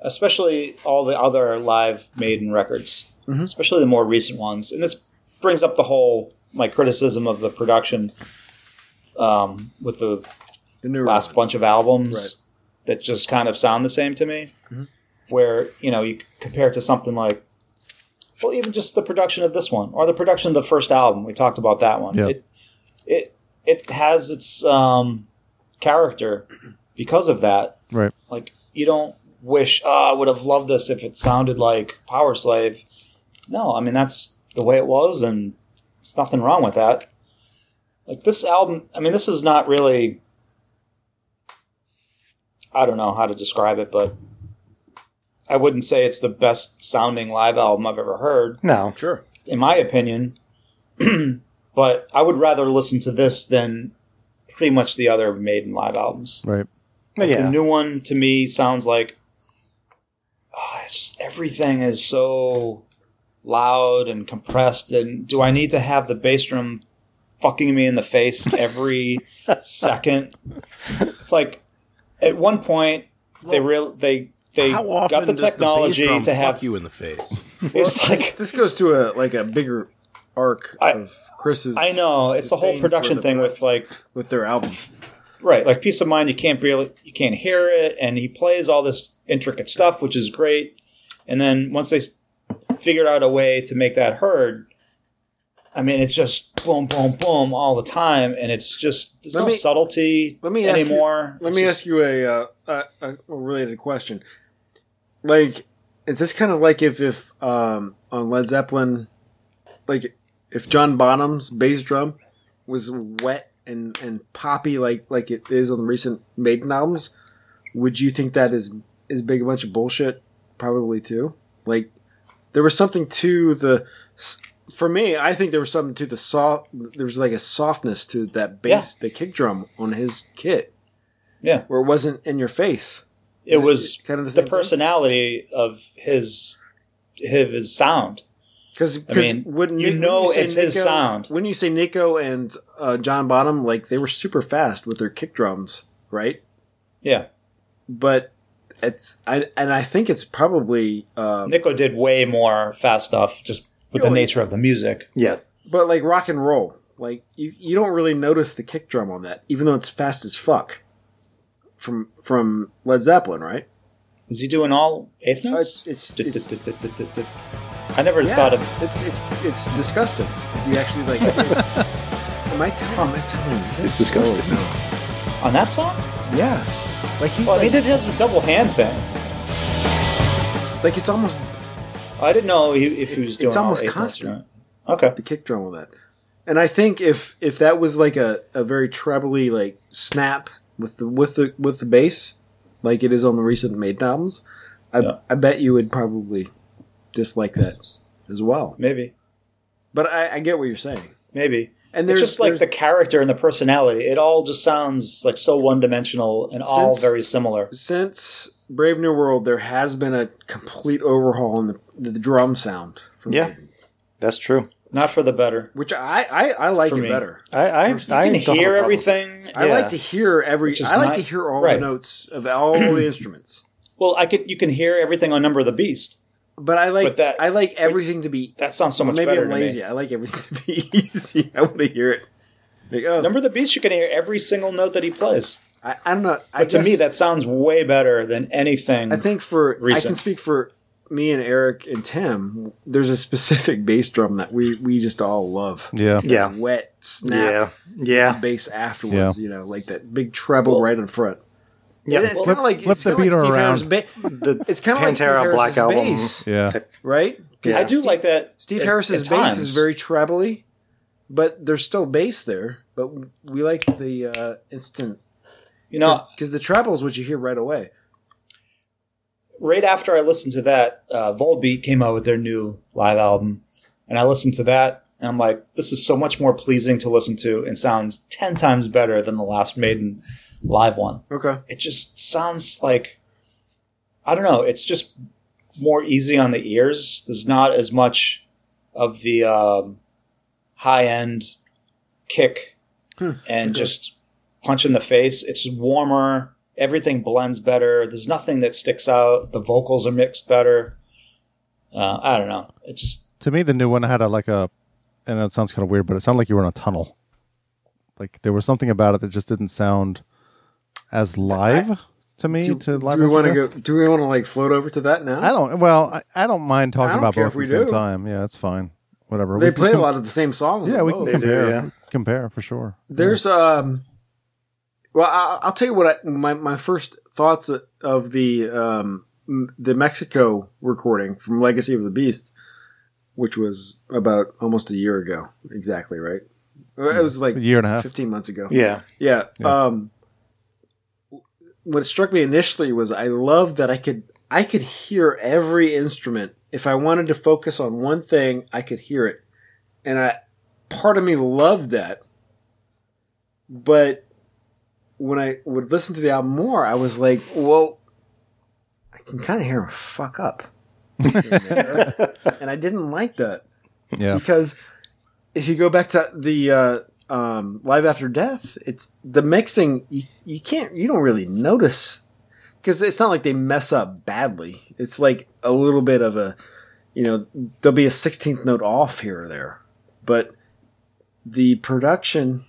especially all the other live Maiden records, especially the more recent ones. And this brings up the whole my criticism of the production um, with the,
the new
last bunch of albums that just kind of sound the same to me. Where you know you compare it to something like. Well, even just the production of this one, or the production of the first album, we talked about that one.
Yeah.
It it it has its um, character because of that.
Right.
Like you don't wish, oh, I would have loved this if it sounded like Power Slave. No, I mean that's the way it was, and There's nothing wrong with that. Like this album, I mean, this is not really. I don't know how to describe it, but I wouldn't say it's the best sounding live album I've ever heard.
No.
Sure.
In my opinion. but I would rather listen to this than pretty much the other Maiden live albums.
Right.
Oh,
Like,
Yeah.
The new one to me sounds like ah, it's just everything is so loud and compressed. And do I need to have the bass drum fucking me in the face every second? It's like at one point they real they they
How often
got the
does bass
technology
drum
to have
fuck you in the face?
It's like
this goes to a like a bigger arc of Chris's.
I know it's the whole
disdain for
production
the-
thing with like
with their album,
right? Like peace of mind, you can't really you can't hear it, and he plays all this intricate stuff, which is great. And then once they s- figured out a way to make that heard, I mean, it's just boom, boom, boom all the time, and it's just there's
Let
no
me-
subtlety
Let me ask
anymore.
You, let me ask you a, uh, a, a related question. Like, is this kind of like if if um, on Led Zeppelin, like if John Bonham's bass drum was wet and and poppy like like it is on recent Maiden albums, would you think that is is big a bunch of bullshit? Probably too. Like, there was something to the. s- For me, I think there was something to the soft. There was like a softness to that bass, the kick drum on his kit.
Yeah,
where it wasn't in your face.
it was
kind of the,
the personality of his his sound.
Because
I mean, you know it's his sound.
When you say Nico and uh, John Bonham, like they were super fast with their kick drums, right?
Yeah.
But it's I and I think it's probably um,
Nico did way more fast stuff just with the nature of the music.
Yeah.
but like rock and roll, like you, you don't really notice the kick drum on that, even though it's fast as fuck. From from Led Zeppelin, right?
Is he doing all eighth notes? I never
Yeah,
thought of
it's it's it's disgusting. If you actually like, am I telling? Am I telling?
It's disgusting. on that song.
Yeah, like he.
Well, I mean, it has the double hand thing.
Like it's almost.
I didn't know he, if he was doing.
it's
all
almost
eighth notes or
constant.
not. Okay.
The kick drum with that. And I think if if that was like a, a very trebly like snap with the with the with the bass, like it is on the recent Maiden albums, I I bet you would probably dislike that as well.
Maybe.
But I, I get what you're saying.
Maybe.
And
And
there's-
it's just like
there's-
the character and the personality. It all just sounds like so one dimensional and all
Since-
very similar.
Since Brave New World, there has been a complete overhaul in the, the drum sound. From
Yeah.
Maiden,
That's true.
Not for the better.
which I, I, I like
For
it
me.
better.
I I, I
you can
don't have a
hear
problem.
everything.
I
Yeah.
like to hear every.
Which is
I like
not-
to hear all
right.
the notes of all the instruments.
Well, I could. You can hear everything on Number of the Beast.
But I like
But that-
I like everything to be.
That sounds so much
maybe
better.
I'm
to me.
lazy. I like everything to be easy. I want to hear it. Like, oh,
Number of the Beast, you can hear every single note that he plays.
I, I'm not.
But
I
to me,
guess-
that sounds way better than anything.
I think for I can
recent.
speak for me and Eric and Tim. There's a specific bass drum that we we just all love.
Yeah.
It's that
Yeah.
Wet snap.
Yeah.
Bass afterwards. You know, like that big treble right in front.
Yeah.
And it's
Flip-
kind of like
flip
it's
the
kinda
beat
like Steve
around.
Harris' ba- it's kind of like Steve
Pantera Black
Harris's
Album.
bass,
Yeah.
right? 'Cause
I do
Steve-
like that.
Steve
at-
Harris's
at
bass
times.
is very trebly, but there's still bass there. But we like the uh, instant,
You know,
because the treble is what you hear right away.
right after I listened to that, uh, Volbeat came out with their new live album, and I listened to that, and I'm like, this is so much more pleasing to listen to, and sounds ten times better than the last Maiden live one.
Okay,
It just sounds like, I don't know, it's just more easy on the ears. There's not as much of the um, high end kick
Hmm.
and just punch in the face. It's warmer. Everything blends better. There's nothing that sticks out. The vocals are mixed better. Uh, I don't know. It's just
To me, the new one had a like a, and it sounds kind of weird, but it sounded like you were in a tunnel. Like there was something about it that just didn't sound as live to me.
Do,
to live
do we
After
want to
Death.
go? Do we want to like float over to that now?
I don't. Well, I, I don't mind talking
I don't
about
care
both
if we
at the same
do.
time. Yeah, it's fine. Whatever.
They
We can
play a
com-
lot of the same songs.
Yeah,
on
we can
both.
compare. Compare for sure.
There's um, well, I, I'll tell you what. I, my my first thoughts of the um m- the Mexico recording from Legacy of the Beast which was about almost a year ago, exactly right. It was like
Hmm. A year and a half.
fifteen months ago.
Yeah.
yeah.
Yeah.
Um, what struck me initially was I loved that I could I could hear every instrument. If I wanted to focus on one thing, I could hear it, and I part of me loved that. But when I would listen to the album more, I was like, well, I can kind of hear him fuck up. and I didn't like that.
Yeah.
Because if you go back to the uh, um, Live After Death, it's the mixing, you, you can't, you don't really notice. Because it's not like they mess up badly. It's like a little bit of a, you know, there'll be a 16th note off here or there. But the production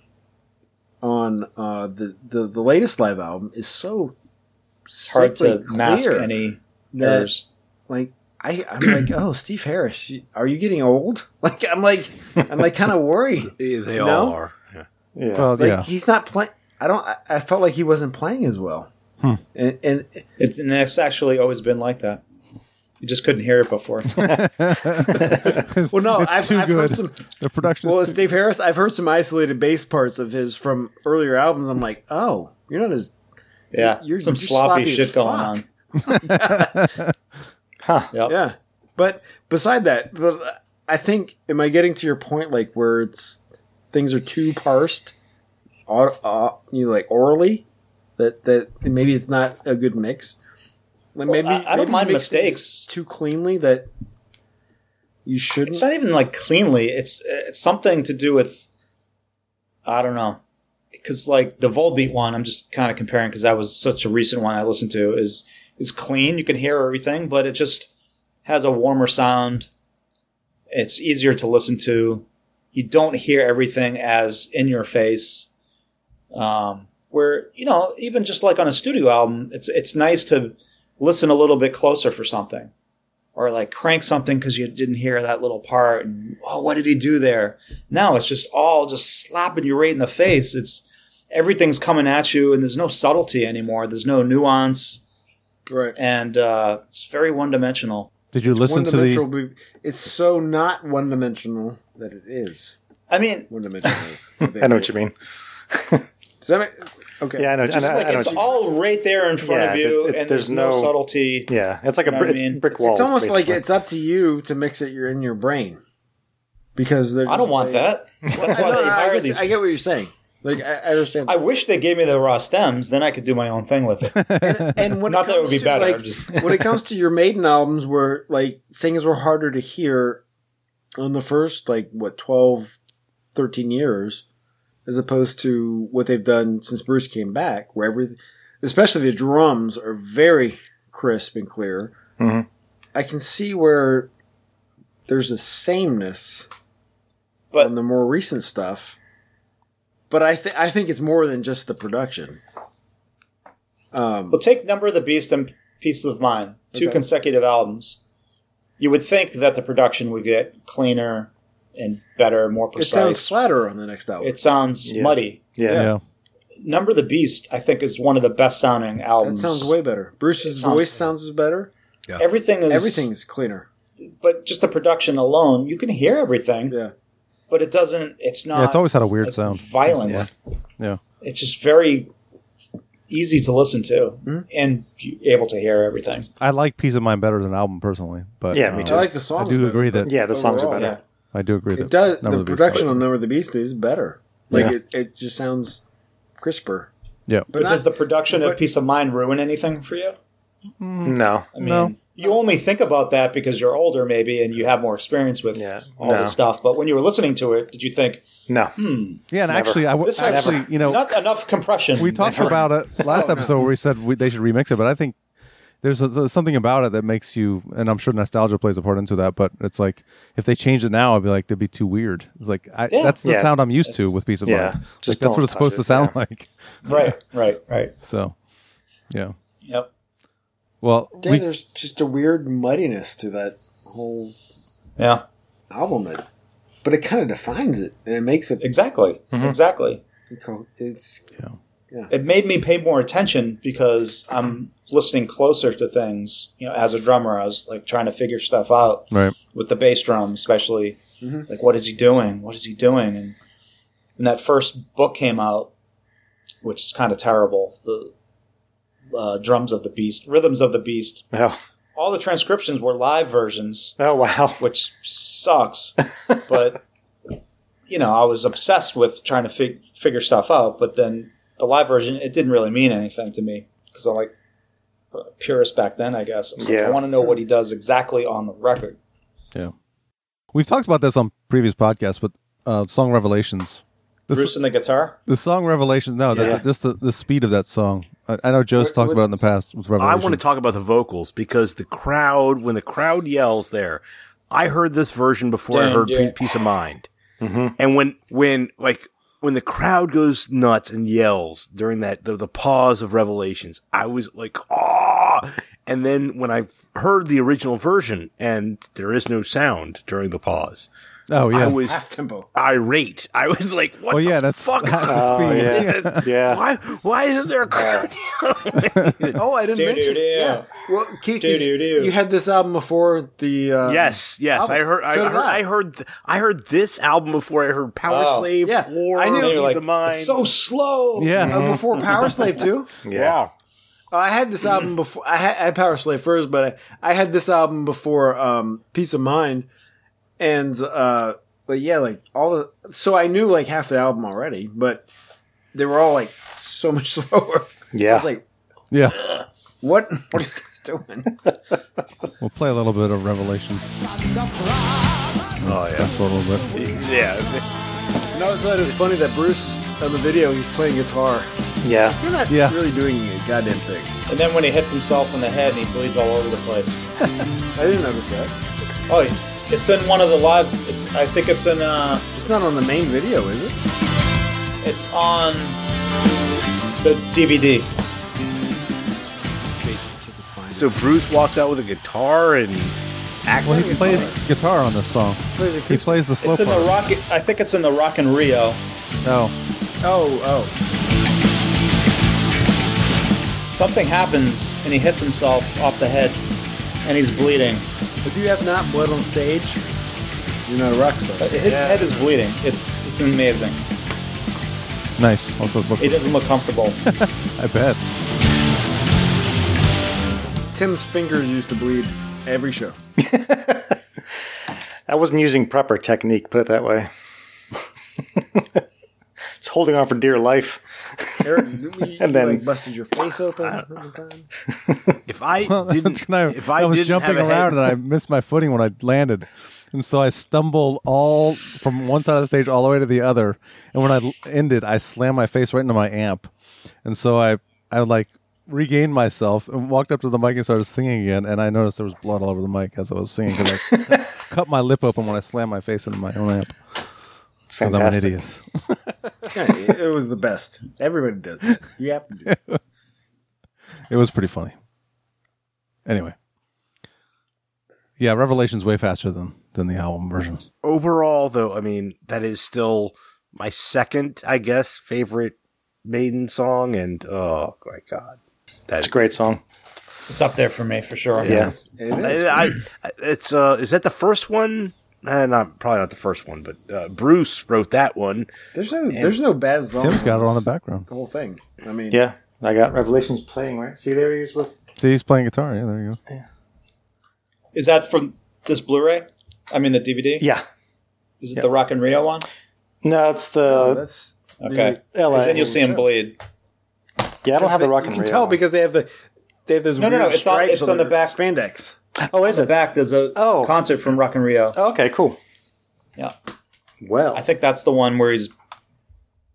on uh, the, the the latest live album is so
Hard to
sickly
mask
clear
any
that,
errors.
Like I, I'm like, oh, Steve Harris, you- are you getting old? Like I'm like, I'm like kind of worried.
they
you
all
know?
are. Yeah.
Well,
like
yeah.
he's not playing. I don't. I, I felt like he wasn't playing as well.
Hmm.
And, and
It's and it's actually always been like that. You just couldn't hear it before.
well, no,
it's
I've,
too
I've
good.
heard some.
The production.
Well, Steve Harris, I've heard some isolated bass parts of his from earlier albums. I'm like, oh, you're not as
Yeah,
you're,
some
you're
sloppy,
as
shit going
fuck.
on.
Huh.
Yep.
Yeah. But beside that, but I think am I getting to your point like where it's things are too parsed, or, uh, you know, like orally, that that maybe it's not a good mix. Like maybe
I- I don't
maybe
mind
mix things
mistakes.
too cleanly. That you should.
It's not even like cleanly. It's it's something to do with I don't know because like the Volbeat one, I'm just kind of comparing because that was such a recent one I listened to is is clean. You can hear everything, but it just has a warmer sound. It's easier to listen to. You don't hear everything as in your face. Um, where you know even just like on a studio album, it's it's nice to listen a little bit closer for something or like crank something because you didn't hear that little part and oh what did he do there now it's just all just slapping you right in the face it's everything's coming at you and there's no subtlety anymore there's no nuance
right
and uh, it's very one-dimensional
Did you listen to
One-dimensional
the?
be- It's so not one dimensional that it is.
I mean,
one dimensional.
I know what you mean.
Does that make okay?
Yeah, I know.
just
I know,
like
I know
it's
what you-
all right there in front
Yeah,
of you
it- it-
and there's, no, subtlety
Yeah, it's like a
You know
brick,
what I
it's
mean?
brick wall.
it's almost
basically.
like it's up to you to mix it. You're in your brain because they're
i don't
just
want
like-
that that's why
No,
they
no,
hire
I, get,
these
I get what you're saying. Like I, I understand.
I wish they gave me the raw stems then i could do my own thing with it
and when
not that it
comes
would be
to,
better
like,
I'm just
when it comes to your maiden albums, where like things were harder to hear on the first like what 12, 13 years, as opposed to what they've done since Bruce came back, where every, especially the drums are very crisp and clear.
Mm-hmm.
Mhm.
I can see where there's a sameness
but
on the more recent stuff. But I think I think it's more than just the production. Um,
Well, take Number of the Beast and Peace of Mind, two
Okay.
consecutive albums. You would think that the production would get cleaner and better, more
it
precise.
sounds flatter on the next album.
It sounds muddy.
yeah.
Yeah.
Number of the Beast, I think, is one of the best sounding
That
albums.
sounds way better. Bruce's
It sounds-
voice sounds is better.
Everything is
Everything's cleaner.
but just the production alone, you can hear everything.
Yeah.
But it doesn't. It's not.
Yeah, it's always had a weird sound.
violent.
Yeah.
It's just very easy to listen to
Hmm?
and you're able to hear everything.
I like Peace of Mind better than album personally, but
Yeah, me
um,
too. I
like the songs
I do
better,
agree that.
but-
yeah, the songs are
Overall,
better.
I do agree that.
It does.
Number
The
of Beast-
production on Number of the Beast is better. Like
Yeah.
it, it just sounds crisper.
Yeah.
But, does the
not-
production of
but-
Peace of Mind ruin anything for you?
No,
I mean,
No.
you only think about that because you're older, maybe, and you have more experience with all
no.
this stuff. But when you were listening to it, did you think
no.
Yeah, and
Never.
actually, I w-
this has
actually, you know,
not enough compression?
we talked
Never.
about it last episode where we said we, they should remix it, but I think there's a, something about it that makes you, and I'm sure nostalgia plays a part into that. But it's like if they changed it now, I'd be like, that'd be too weird. It's like I,
Yeah.
that's the
Yeah.
sound I'm used to with Peace of
yeah.
Mind. Like,
Just
that's
don't
what it's supposed to
touch
sound
it,
like.
right, right, right.
So, yeah.
Yep.
Well,
Yeah,
we,
there's just a weird muddiness to that whole
Yeah.
album. That, but it kind of defines it and it makes it.
Exactly. Exactly.
co- It's
Yeah.
It made me pay more attention because I'm listening closer to things. You know, as a drummer, I was like trying to figure stuff out
Right.
with the bass drum, especially like what is he doing? What is he doing? And when that first book came out, which is kind of terrible, the uh, drums of the beast, rhythms of the beast. All the transcriptions were live versions.
Oh wow,
which sucks. but you know, I was obsessed with trying to fig- figure stuff out. But then the live version, it didn't really mean anything to me because I'm like a purist back then, I guess. I, was like,
Yeah.
I want to know what he does exactly on the record.
Yeah. We've talked about this on previous podcasts, but uh, song Revelations. This,
Bruce and the guitar.
the song Revelations. No, the-
Yeah.
the, just the, the speed of that song. I, I know Joe's
What-
talked
what-
about it in the past with
I
Revelations.
want to talk about the vocals because the crowd, when the crowd yells there, I heard this version before I
Dun,
heard
dun.
Pe- Peace of Mind.
Mm-hmm.
And when, when, like, when the crowd goes nuts and yells during that, the, the pause of Revelations, I was like, ah. And then when I heard the original version and there is no sound during the pause.
Oh, yeah.
I was
Half
tempo.
irate. I was like, what
Oh,
the
yeah, that's
fuck Oh, is
half the
this?
speed.
Yes.
Yeah.
Why, why isn't there a crowd yelling?
oh, I didn't mention.
Do-do-do.
Yeah. Well, Keith, you,
Do-do-do.
you had this album before the. Uh,
Yes, yes. I
album.
heard, I,
So
heard
did
I heard th- I heard this album before I heard Power
Oh.
Slave
Yeah.
War.
I knew-
Peace
You're like,
of Mine.
"It's
so slow.
Yeah.
Uh, before Power Slave too.
Yeah.
Oh, I had this album before. I had, I had Power Slave first, but I, I had this album before um, Peace of Mind, and uh, but yeah, like all the so I knew like half the album already, but they were all like so much slower.
Yeah.
I was like,
yeah.
what? What are you guys doing?
We'll play a little bit of Revelations.
Oh, yeah.
That's a little bit.
Yeah.
And I always thought it was funny that Bruce on the video he's playing guitar.
Yeah.
You're not
Yeah.
really doing a goddamn thing.
And then when he hits himself in the head and he bleeds all over the place.
I didn't notice that.
Oh, it's in one of the live. It's I think it's in. Uh,
it's not on the main video, is it?
It's on the DVD.
So Bruce walks out with a guitar and acts
Well, he plays guitar on this song.
Plays
he plays the slow
It's in the
part.
rock. I think it's in the Rock and Rio.
Oh,
Oh, oh.
Something happens and he hits himself off the head, and he's bleeding.
If you have not blood on stage, you're not a rock star.
But his head is bleeding. It's it's amazing.
nice. Also, look,
He doesn't look comfortable.
I bet.
Tim's fingers used to bleed every show.
I wasn't using proper technique, put it that way. Just holding on for dear life.
Eric, you, you,
And then-
like busted your face open. one time.
If I
Well, that's
didn't,
'cause I,
if I,
was
didn't
jumping
have a head-
around and I missed my footing when I landed, and so I stumbled all from one side of the stage all the way to the other. And when I l- ended, I slammed my face right into my amp, and so I I like regained myself and walked up to the mic and started singing again. And I noticed there was blood all over the mic as I was singing because I cut my lip open when I slammed my face into my own amp. It's
fantastic.
I'm an idiot.
Yeah, it it was the best. Everybody does that. You have to do it.
It was pretty funny. Anyway, yeah, Revelation's way faster than than the album version.
overall, though, I mean, that is still my second, I guess, favorite Maiden song. And oh my god, that's
a great song.
It's up there for me for sure.
I, I, I- it's uh, is that the first one? Uh, not probably not the first one, but uh, Bruce wrote that one.
There's no, there's no bad song.
Tim's got it on the background.
The whole thing. I mean,
Yeah. I got Revelations playing, right? See, there he is with.
See, he's playing guitar. Yeah, there you go.
Is that from this Blu-ray? I mean the DVD.
Yeah.
Is it the Rock and Rio one?
No, it's the.
that's
Okay.
the LA.
'Cause then you'll see him
Sure.
bleed.
Yeah, I don't have the rock
you
and
can
roll.
tell because they have the they have those
No, no,
weird
no, it's on-
stripes
it's on the
their
back.
spandex.
Oh, is
it back? There's a concert from Rock and Rio.
Okay, cool.
Yeah.
Well,
I think that's the one where he's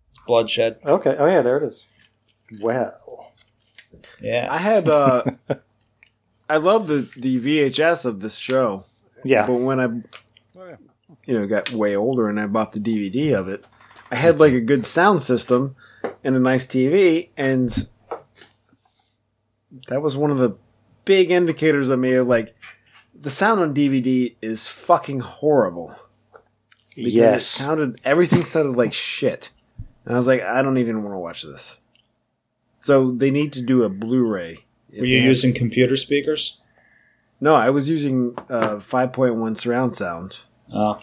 it's bloodshed.
Okay. Oh yeah, there it is. Well,
yeah.
I had uh, I love the the VHS of this show.
Yeah.
but when I
Oh,
you know got way older and I bought the DVD of it, I had like a good sound system and a nice TV, and that was one of the big indicators of me of like the sound on DVD is fucking horrible. Because
Yes.
it sounded everything sounded like shit, and I was like, I don't even want to watch this. So they need to do a Blu-ray.
Were you using computer speakers?
No, I was using uh, 5.1 surround sound.
Oh.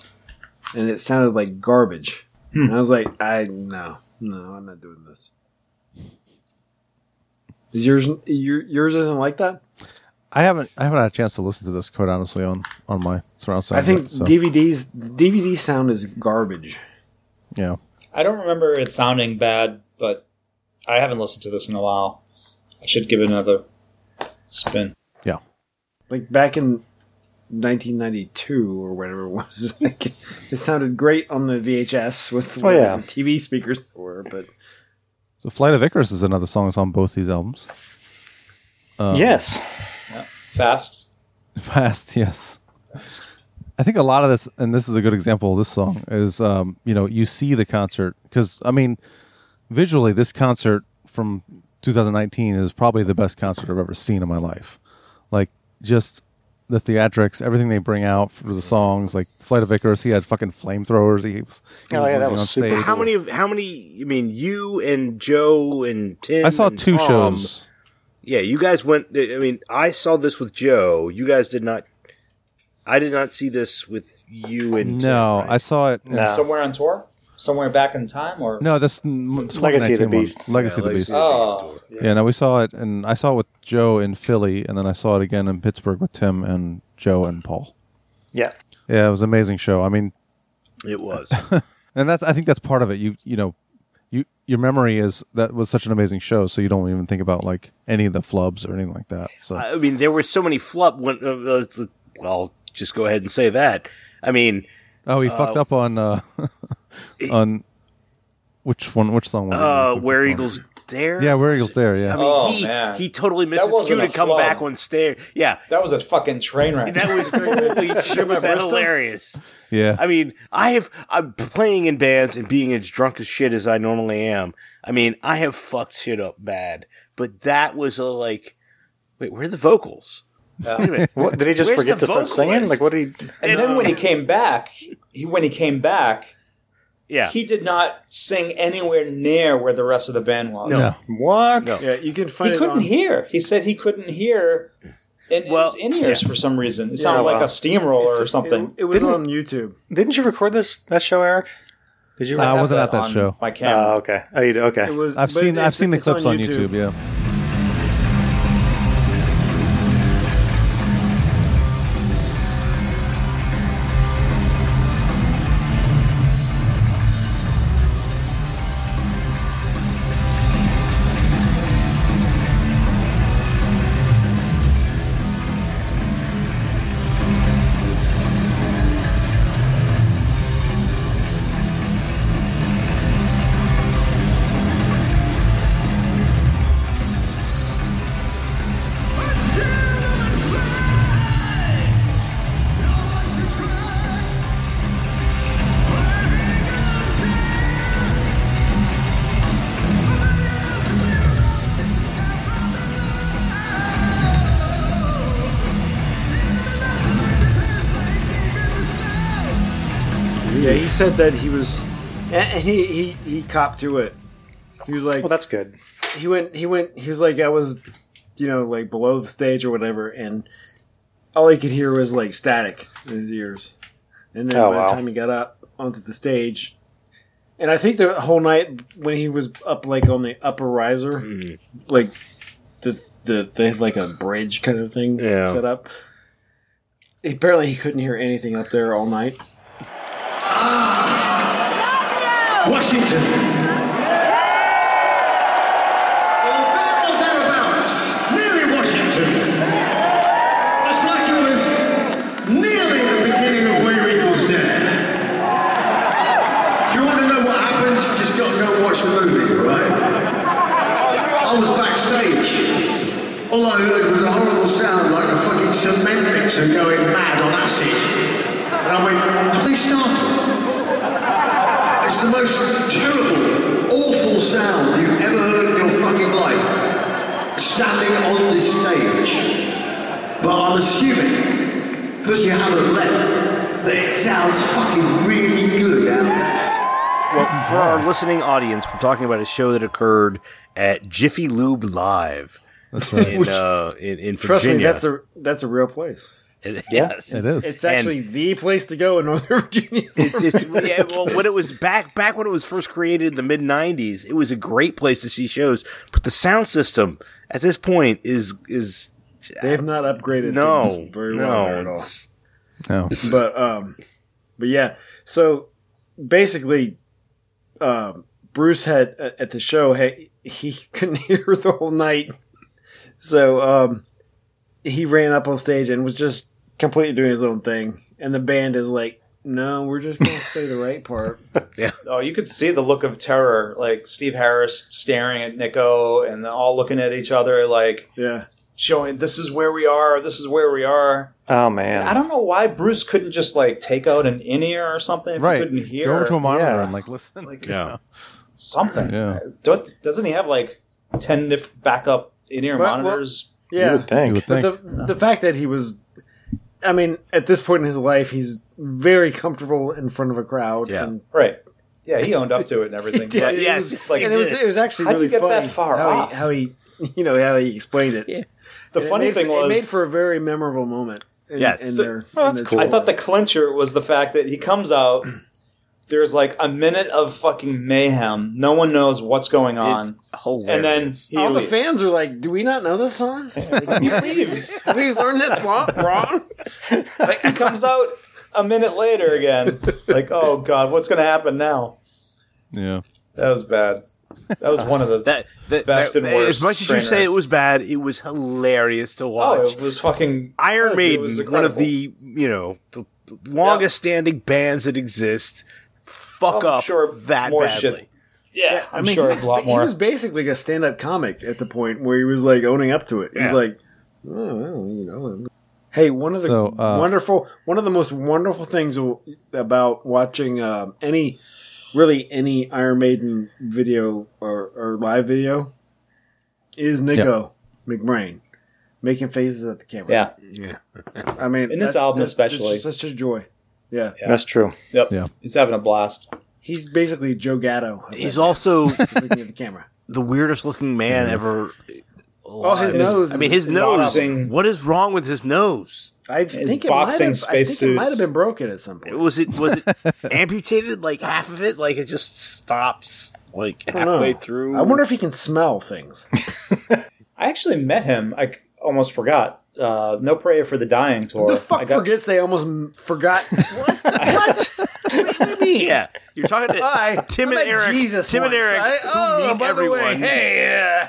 And it sounded like garbage. And I was like, I no, no, I'm not doing this. Is yours your, yours isn't like that?
I haven't I haven't had a chance to listen to this quite honestly on on my surround sound.
I think
yet, so,
DVDs the DVD sound is garbage.
yeah.
I don't remember it sounding bad, but I haven't listened to this in a while. I should give it another spin.
Like back in 1992 or whatever it was, like, it sounded great on the VHS with
Oh, yeah.
TV speakers were, but
So Flight of Icarus is another song that's on both these albums. Um,
yes.
Fast.
Fast, yes. I think a lot of this, and this is a good example of this song, is um, you know you see the concert because I mean, visually this concert from 2019 is probably the best concert I've ever seen in my life. Like just the theatrics, everything they bring out for the songs, like Flight of Icarus, he had fucking flamethrowers. He was, he running on stage.
How many? How many? I mean, you and Joe and Tim.
I saw
and
two
Tom.
shows.
Yeah, you guys went. I mean, I saw this with Joe. You guys did not. I did not see this with you and Tim.
No, I saw it. in-
Somewhere on tour? Somewhere back in time? Or
No, that's n-
It's
Swamp
Legacy of the
19 one.
Beast.
Legacy
Yeah,
of the Beast.
Legacy of the Beast. Oh,
yeah.
yeah.
No, we saw it, and I saw it with Joe in Philly, and then I saw it again in Pittsburgh with Tim and Joe and Paul.
Yeah.
Yeah, it was an amazing show. I mean,
It was.
and that's I think that's part of it. You you know, you your memory is that was such an amazing show, so you don't even think about like any of the flubs or anything like that. So
I mean, there were so many flub. When, uh, uh, well, just go ahead and say that. I mean,
oh, he
uh,
fucked up on uh on which one? Which song was it?
Uh, where Eagles there?
Yeah, where Eagles there? Yeah.
I mean, he, he totally missed
Oh, That
his cue
wasn't
to
a
come
flub.
back on stairs. Yeah,
that was a fucking train wreck.
That was holy shit. Was that
Bristol?
hilarious?
Yeah.
I mean, I have I'm playing in bands and being as drunk as shit as I normally am. I mean, I have fucked shit up bad, but that was a like, wait, where are the vocals? Uh, Wait a minute.
What, did he just
Where's
forget
the
to start singing?
vocalist?
Like, what did he?
And then when he came back, he, when he came back,
yeah,
he did not sing anywhere near where the rest of the band was.
What?
Yeah, you can
He
find it
couldn't
on-
hear. He said he couldn't hear in his in ears for some reason. It
Yeah,
sounded like
well.
a steamroller
It's-
or something.
It, it was
Didn't-
on YouTube.
Didn't you record this that show, Eric? Did you?
No, I I have Uh, wasn't that at that on show.
my
camera.
Uh,
Oh, okay. Oh, you did. Okay.
It was-
I've
but
seen
it's-
I've seen the
it's on
clips on
YouTube.
YouTube. Yeah.
Yeah, he said that he was. and He he he copped to it. He was like,
Well, that's good.
He went. He went. He was like, I was, you know, like below the stage or whatever, and all he could hear was like static in his ears. And then
Oh,
by
wow.
the time he got up onto the stage, and I think the whole night when he was up, like on the upper riser,
Hmm.
like the the they had like a bridge kind of thing
Yeah.
set up. Apparently, he couldn't hear anything up there all night.
Washington. All I heard was a horrible sound like a fucking cement mixer going mad on acid. And I went, have they started? It's the most terrible, awful sound you've ever heard in your fucking life. Standing on this stage. But I'm assuming, because you haven't left, that it sounds fucking really good out there.
well, for our listening audience, we're talking about a show that occurred at Jiffy Lube Live.
That's
right.
In,
Which-
uh, in, in Virginia.
Trust me, that's a that's a real place.
It- Yeah, yes. it is.
It's actually the place to go in Northern Virginia.
It's, it's, yeah, well, when it was back back when it was first created in the mid '90s, it was a great place to see shows. But the sound system at this point is is
They've not upgraded
No,
things very
no,
well there at all.
it's-
No.
But um but yeah. So basically um Bruce had uh, at the show hey, he couldn't hear the whole night. So um he ran up on stage and was just completely doing his own thing and the band is like no, we're just going to play the right part.
Yeah.
Oh, you could see the look of terror, like Steve Harris staring at Nico, and they're all looking at each other, like
yeah,
showing this is where we are, this is where we are.
Oh man,
I don't know why Bruce couldn't just like take out an in ear or something if
Right.
he couldn't hear.
Go over to a monitor and like listen.
Like,
yeah.
Something.
Yeah.
Don't, doesn't he have like ten diff- backup in ear
But, well,
monitors?
Yeah,
You would think.
But the, the fact that he was, I mean, at this point in his life, he's very comfortable in front of a crowd.
Yeah.
and
Right. Yeah, he owned up to it and everything.
He
but
did.
yeah,
It
it's
was-
just like,
and it was it was actually
how'd
really
you get
funny
that far
how
off?
He, how he, you know, how he explained it. Yeah.
The funny thing was-
it made for a very memorable moment. In, in
The-
their,
well,
in
that's
their
cool. I
tour.
thought the clincher was the fact that he comes out. There's like a minute of fucking mayhem. No one knows what's going on, and then he
all
leaves.
the fans are like, "Do we not know this song?
he leaves.
we learned this song wrong."
Like, he comes out a minute later again. Like, oh god, what's going to happen now?
Yeah.
That was bad. That was one of the best and worst.
As much as you
train
say it
wrecks.
was bad, it was hilarious to watch.
oh, it was fucking
Iron
it
Maiden,
was
one of
incredible.
the you know the longest standing bands that exist, fuck
I'm
up
Oh, sure
that
more
badly.
shit. Yeah,
I
I'm
mean,
sure
he,
it
was,
was a lot
he
more.
was basically a stand-up comic at the point where he was like owning up to it. He's
Yeah.
like, oh, well, you know, I'm- hey, one of the
So, uh,
wonderful, one of the most wonderful things w- about watching um, any, really any Iron Maiden video or, or live video, is Nico McBrain making faces at the camera.
yeah,
yeah.
I mean,
In this
that's-
album
that's-
especially.
that's such a joy. Yeah.
That's true.
Yep.
Yeah.
He's having a blast.
he's basically Joe Gatto. of
He's
that
also
band, looking at the camera.
the weirdest looking man
Yes.
ever.
Oh, his
alive.
nose
I mean,
is-
his
is
nose.
boxing-
What is wrong with his nose?
I think it might have- I think it might have been broken at some point.
Was it was it amputated like half of it? Like it just stops like
I don't
halfway
know.
through.
I wonder if he can smell things.
I actually met him. I c- almost forgot. Uh, no prayer for the dying tour.
the fuck
I got-
forgets they almost m- forgot. What? what? what do you mean?
Yeah, you're talking to
I,
Tim
I
and
met
Eric.
Jesus
Tim and
once.
Eric
I, oh,
meet
by the way,
everyone.
hey,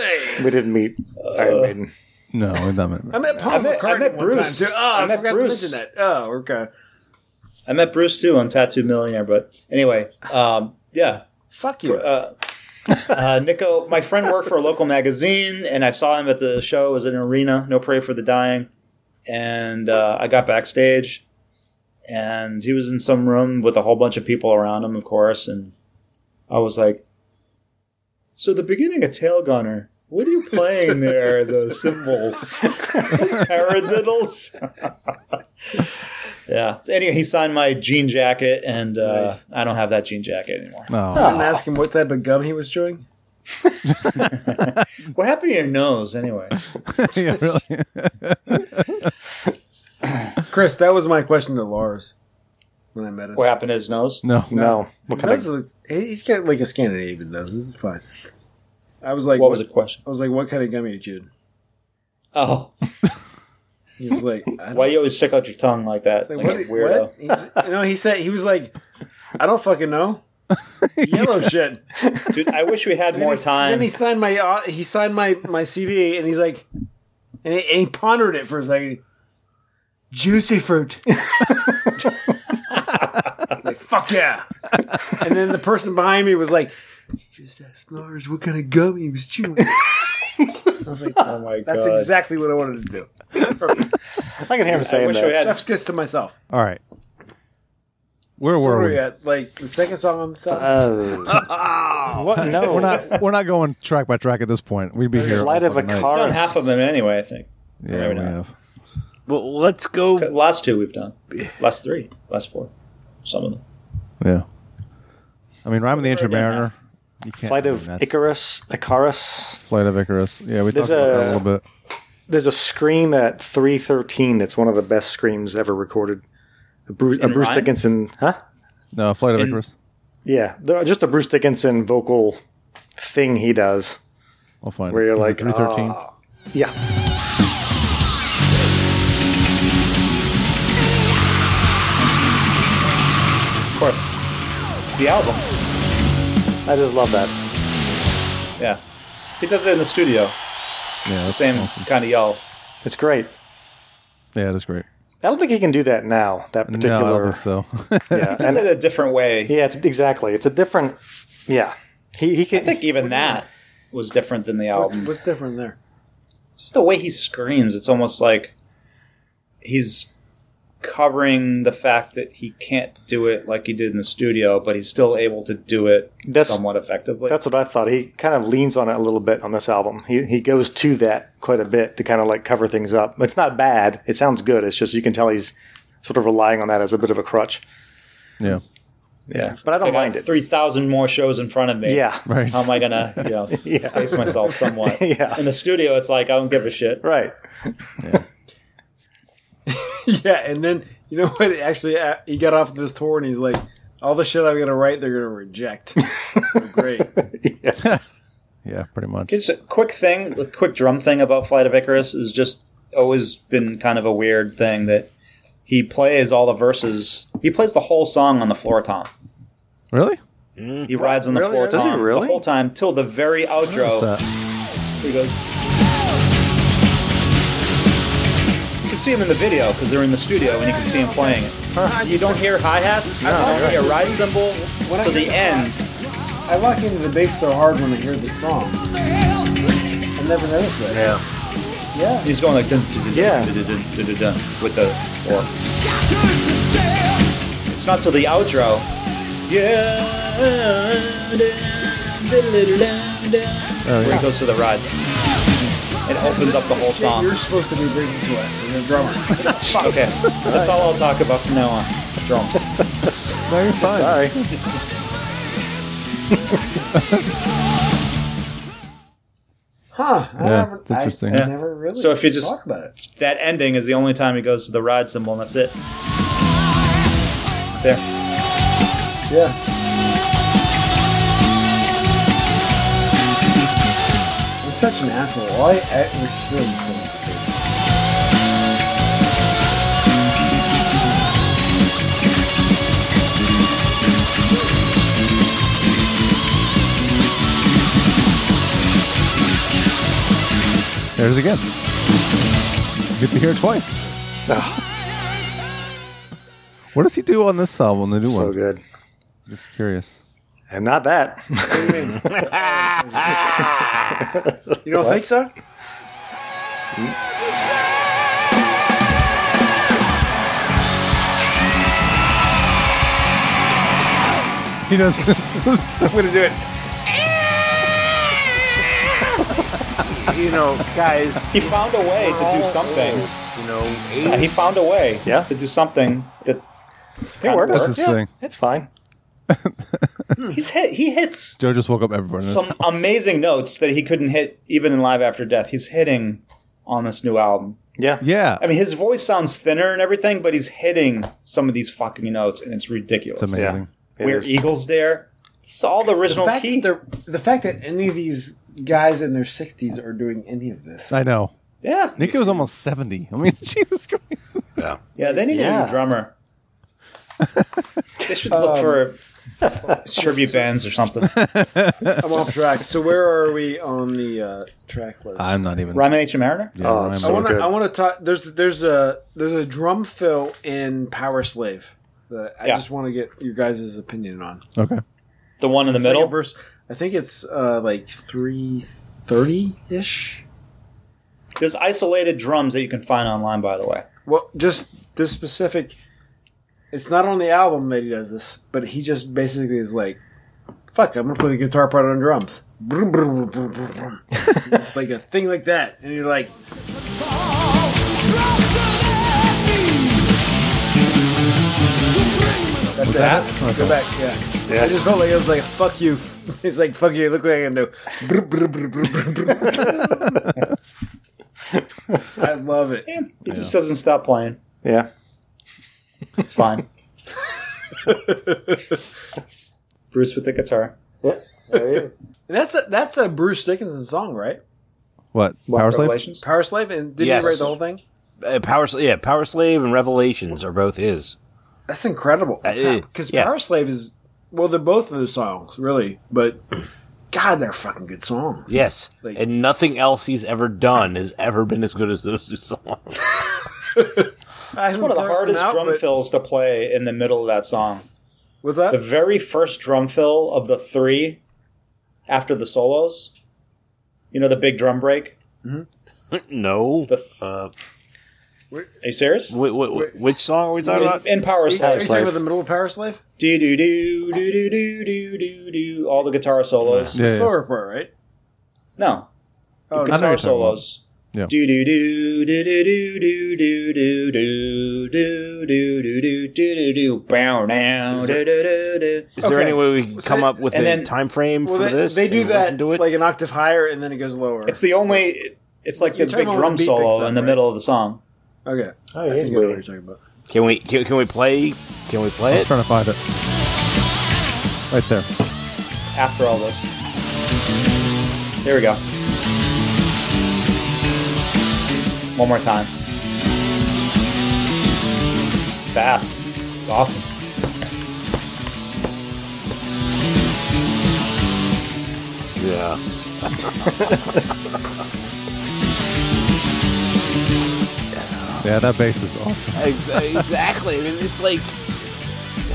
uh,
We didn't meet Iron Maiden.
No, it's not meant.
I met Paul
I met-
McCartney
I met
one
Bruce.
time too. Oh, I,
I met
forgot
Bruce.
to mention that. Oh, okay.
I met Bruce too on Tattoo Millionaire. But anyway, um, yeah.
Fuck you.
Uh, uh, Nico, my friend worked for a local magazine, and I saw him at the show. It was at an arena. No prayer for the dying. And uh, I got backstage, and he was in some room with a whole bunch of people around him, of course. And I was like, "So the beginning of Tail Gunner." What are you playing there? the cymbals, those paradiddles. Yeah. Anyway, he signed my jean jacket, and uh,
Nice.
I don't have that jean jacket anymore.
No.
I didn't ask him what type of gum he was chewing.
What happened to your nose, anyway?
yeah, really.
Chris, that was my question to Lars when I met him.
What happened to his nose?
No.
No. What
His
kind
nose
of?
looks, he- he's got like a Scandinavian nose. This is fine. I was like,
What was the question?
I was like, what kind of gum are you chewing?
Oh,
He was like, I
why you always stick out your tongue like that?
Like,
Like a
what?
weirdo.
what? He's, you know, he said he was like, I don't fucking know. Yellow shit.
Dude, I wish we had
And
more
he- Then
time.
he signed my uh, he signed my my CD, and he's like, and he, and he pondered it for a second. Juicy fruit. I was like, fuck yeah. And then the person behind me was like, just ask Lars what kind of gum he was chewing.
Oh my
That's
god!
exactly what I wanted to do.
I can hear him
I
saying
wish we
that.
had.
Chef's kiss to myself.
All right. Where
So
were
where are
we?
we at? Like the second song on the song?
Uh, what? No.
We're not. We're not going track by track at this point. We'd be here.
light
all
of a
fucking night.
car.
Done half of them anyway. I think
Yeah,
Maybe
we
not.
have.
Well, let's go.
Okay, last two we've done. Last three. Last four. Some of them.
Yeah. I mean, Rhyme of the Ancient Mariner. You can't.
Flight
I
of
mean, that's-
Icarus, Icarus.
Flight of Icarus. Yeah, we
There's
talked about that
a-
a little bit.
There's a scream at 3:13 that's one of the best screams ever recorded. A Bruce, a
In
Bruce
rhyme?
Dickinson, huh?
No, Flight of
In-
Icarus.
Yeah, there- just a Bruce Dickinson vocal thing he does.
I'll find
where
it.
you're
Is it
like
313?
"Ah." yeah. Of course,
It's the album.
I just love that.
Yeah. He does it in the studio.
Yeah,
The same kind of yell.
It's great.
Yeah, that's great.
I don't think he can do that now. That particular.
No, I don't think so.
yeah,
He does
and-
it a different way.
yeah, it's exactly. It's a different. Yeah, he he can.
I think even that was different than the
What's,
album.
what's different there?
just the way he screams, it's almost like he's covering the fact that he can't do it like he did in the studio, but he's still able to do it
That's-
somewhat effectively.
That's what I thought. He kind of leans on it a little bit on this album. He he goes to that quite a bit to kind of like cover things up. It's not bad. It sounds good. It's just you can tell he's sort of relying on that as a bit of a crutch.
Yeah.
Yeah, but I don't mind it.
Three thousand more shows in front of me.
Yeah. Right.
How am I gonna, you know,
Yeah.
pace myself somewhat?
Yeah.
In the studio, it's like I don't give a shit.
Right.
yeah, and then you know what? Actually, uh, he got off this tour and he's like, "All the shit I'm gonna write, they're gonna reject." so great.
Yeah, pretty much.
Just a quick thing, a quick drum thing about Flight of Icarus is just always been kind of a weird thing that he plays all the verses. He plays the whole song on the floor tom.
Really?
He rides on the
Really?
floor
Does he
tom
really?
the whole time till the very outro.
What's
He goes. You can see him in the video because they're in the studio and you can see him playing it. You don't hear hi hats.
No,
you don't
right.
hear ride cymbal
When I
till the
hear the
end.
I lock into the bass so hard when I hear the song. I never noticed that.
Yeah.
Yeah.
He's going like dun dun dun dun dun dun dun dun with the or. It's not till the outro.
Oh,
Yeah. Where he goes to the ride. It opens up the whole song.
You're supposed to be bringing to us. You're a drummer.
Fuck, okay, that's all I'll talk about from now on. Drums.
No, you're fine.
Sorry.
Huh? I
Yeah,
never,
it's interesting.
I,
Yeah.
never really.
So if you just-
thought about it,
That ending is the only time he goes to the ride symbol, and that's it. There.
yeah. I'm such an asshole. Why? I, really
There's again. Good to hear it twice. What does he do on this album? The new
So
one.
good.
Just curious.
And not that.
you don't think so?
He does.
I'm gonna do it. you know, guys.
He found a way to
Oh,
do something.
You know,
Yeah, he found a way yeah. to do something that
It works.
That's his
Yeah,
thing.
It's fine.
He's hit. He hits
Joe just woke up everybody.
some amazing notes that he couldn't hit even in Live After Death. He's hitting on this new album.
Yeah.
Yeah.
I mean, his voice sounds thinner and everything, but he's hitting some of these fucking notes, and it's ridiculous.
It's amazing.
Yeah. It
We're
is.
Eagles there. It's all the
The
original
fact,
key.
that they're, the fact that any of these guys in their 60s are doing any of this.
I know.
Yeah.
Nicky was almost 70. I mean, Jesus Christ.
Yeah.
Yeah, they need a
Yeah.
new drummer. they should look for tribute bands Um, or something.
I'm off track. So where are we on the uh, track list?
I'm not even.
Ramen H. Mariner?
Yeah,
Oh, it's
Rhyme-
so
I want to.
good.
I want to talk. There's there's a there's a drum fill in Power Slave that I
Yeah.
just want to get your guys' opinion on.
Okay.
The one in the
Second
middle?
verse. I think it's uh, like three thirty ish.
There's isolated drums that you can find online, by the way.
Well, just this specific. It's not on the album that he does this, but he just basically is like, "Fuck, I'm gonna play the guitar part on drums." Brum, brum, brum, brum, brum, brum. it's like a thing like that, and you're like,
Drop to their knees.
"That
Supreme.
That's
that?
it.
Okay.
Go back. Yeah.
Yeah.
I just felt like it was like fuck you. It's like fuck you. you Look like I know. Brr, brr, brr, brr, brr, brr. I love it.
It just doesn't stop playing.
Yeah.
It's fine. Bruce with the guitar.
Yeah.
That's a that's a Bruce Dickinson song, right?
What? Power Slave?
Power Slave, and did
Yes.
he write the whole thing?
Uh, Power, Sla- yeah, Power Slave and Revelations are both his.
That's incredible.
Uh, yeah.
Because
Yeah.
Power Slave is well, they're both of the songs really, but God, they're fucking good songs.
Yes,
Like-
and nothing else he's ever done has ever been as good as those two songs.
It's one of the
haven't
hardest
parsed them out,
drum
but-
fills to play in the middle of that song.
Was that
the very first drum fill of the three after the solos? You know the big drum break.
no,
The
uh,
are you serious?
which song are we
talking about? In Power
Are you- Are
Slave.
you talking about the middle of Power Slave?
Do do do do do do do do do. All the guitar solos.
The slower part, right?
No. The
Oh, I know
guitar
what you're talking
solos.
Yeah.
Do do do do do do do do do do do do do do do do do bow now do do do do.
Is there any way we can
So
come
it-
up with
and
a
then-
time frame
Well,
for
they,
this?
they do
and
that
listen to it?
like an octave higher, and then it goes lower.
It's the only. It's like the
You're talking
big
about when
drum
the beat
solo
picks up,
in the
right?
middle of the song.
okay.
Oh,
I
yeah,
think I know what you're talking about.
Can we can, can we play? Can we play
I'm
it?
trying to find it. Right there.
After all this, there we go. One more time. Fast. It's awesome.
Yeah.
Yeah, that bass is awesome.
Ex- exactly. I mean, it's like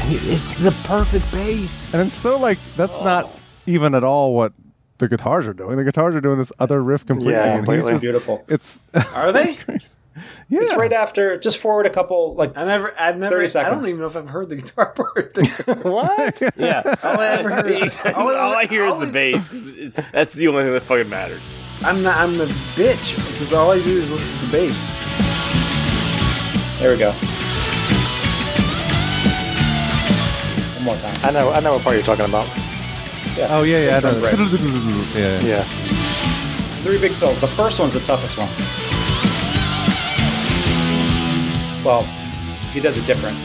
it's the perfect bass.
And it's so like that's not even at all what the guitars are doing. The guitars are doing this other riff completely.
Yeah,
and he's
completely
just-
beautiful.
It's
Are they?
yeah.
It's right after. Just forward a couple, like
I never, I've never,
30
I don't
seconds.
even know if I've heard the guitar part.
what?
Yeah.
All I ever heard is, all I-
All I hear is the bass. 'cause it- That's the only thing that fucking matters.
I'm not, I'm a bitch because all I do is listen to the bass.
There we go. One more time.
I know. I know what part you're talking about.
Oh yeah, yeah. I know.
Drum break.
yeah.
Yeah.
It's three big fills. The first one's the toughest one. Well, he does it different.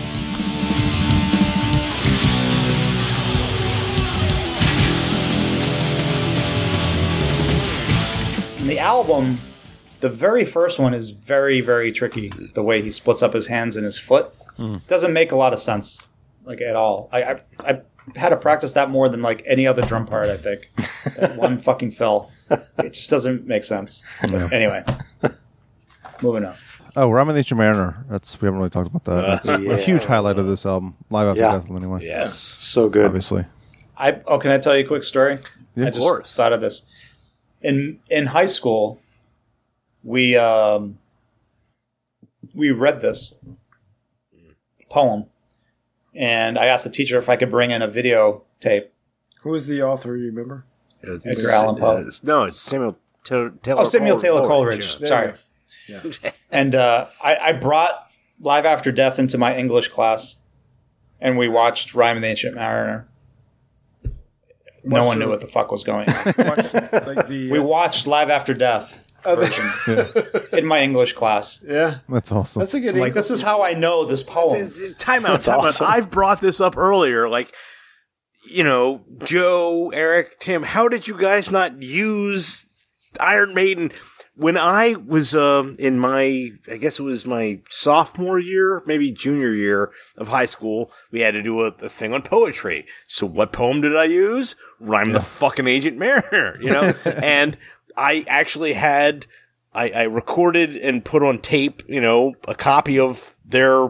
In the album, the very first one is very, very tricky. The way he splits up his hands and his foot doesn't make a lot of sense, like at all. I, I, I had to practice that more than like any other drum part. I think that one fucking fill. It just doesn't make sense. But
Yeah.
anyway, moving on.
Oh, Ramen Nature Mariner. That's we haven't really talked about that.
Uh,
That's a
yeah.
huge highlight of this album. Live after
Yeah.
death, anyway.
Yes.
So good.
Obviously.
I oh, can I tell you a quick story?
Yeah.
I
Of
just
course.
thought of this. In in high school, we um, we read this poem, and I asked the teacher if I could bring in a videotape.
Who was the author? You remember?
It's-
Edgar Allan Poe.
it's- no, it's Samuel Ta- Taylor.
Oh, Samuel Taylor Coleridge.
yeah.
Sorry. and uh, I, I brought Live After Death into my English class, and we watched Rhyme of the Ancient Mariner. No
Watched
one knew
the-
what the fuck was going on.
Like the, uh,
we watched Live After Death version in my English class.
yeah.
That's awesome.
That's a good.
I'm like, this is how I know this poem.
Time out. Time
awesome.
out. I've brought this up earlier. Like, you know, Joe, Eric, Tim, how did you guys not use Iron Maiden? When I was um, in my, I guess it was my sophomore year, maybe junior year of high school, we had to do a, a thing on poetry. So what poem did I use? Rhyme the fucking Agent Mariner, you know? and I actually had, I, I recorded and put on tape, you know, a copy of their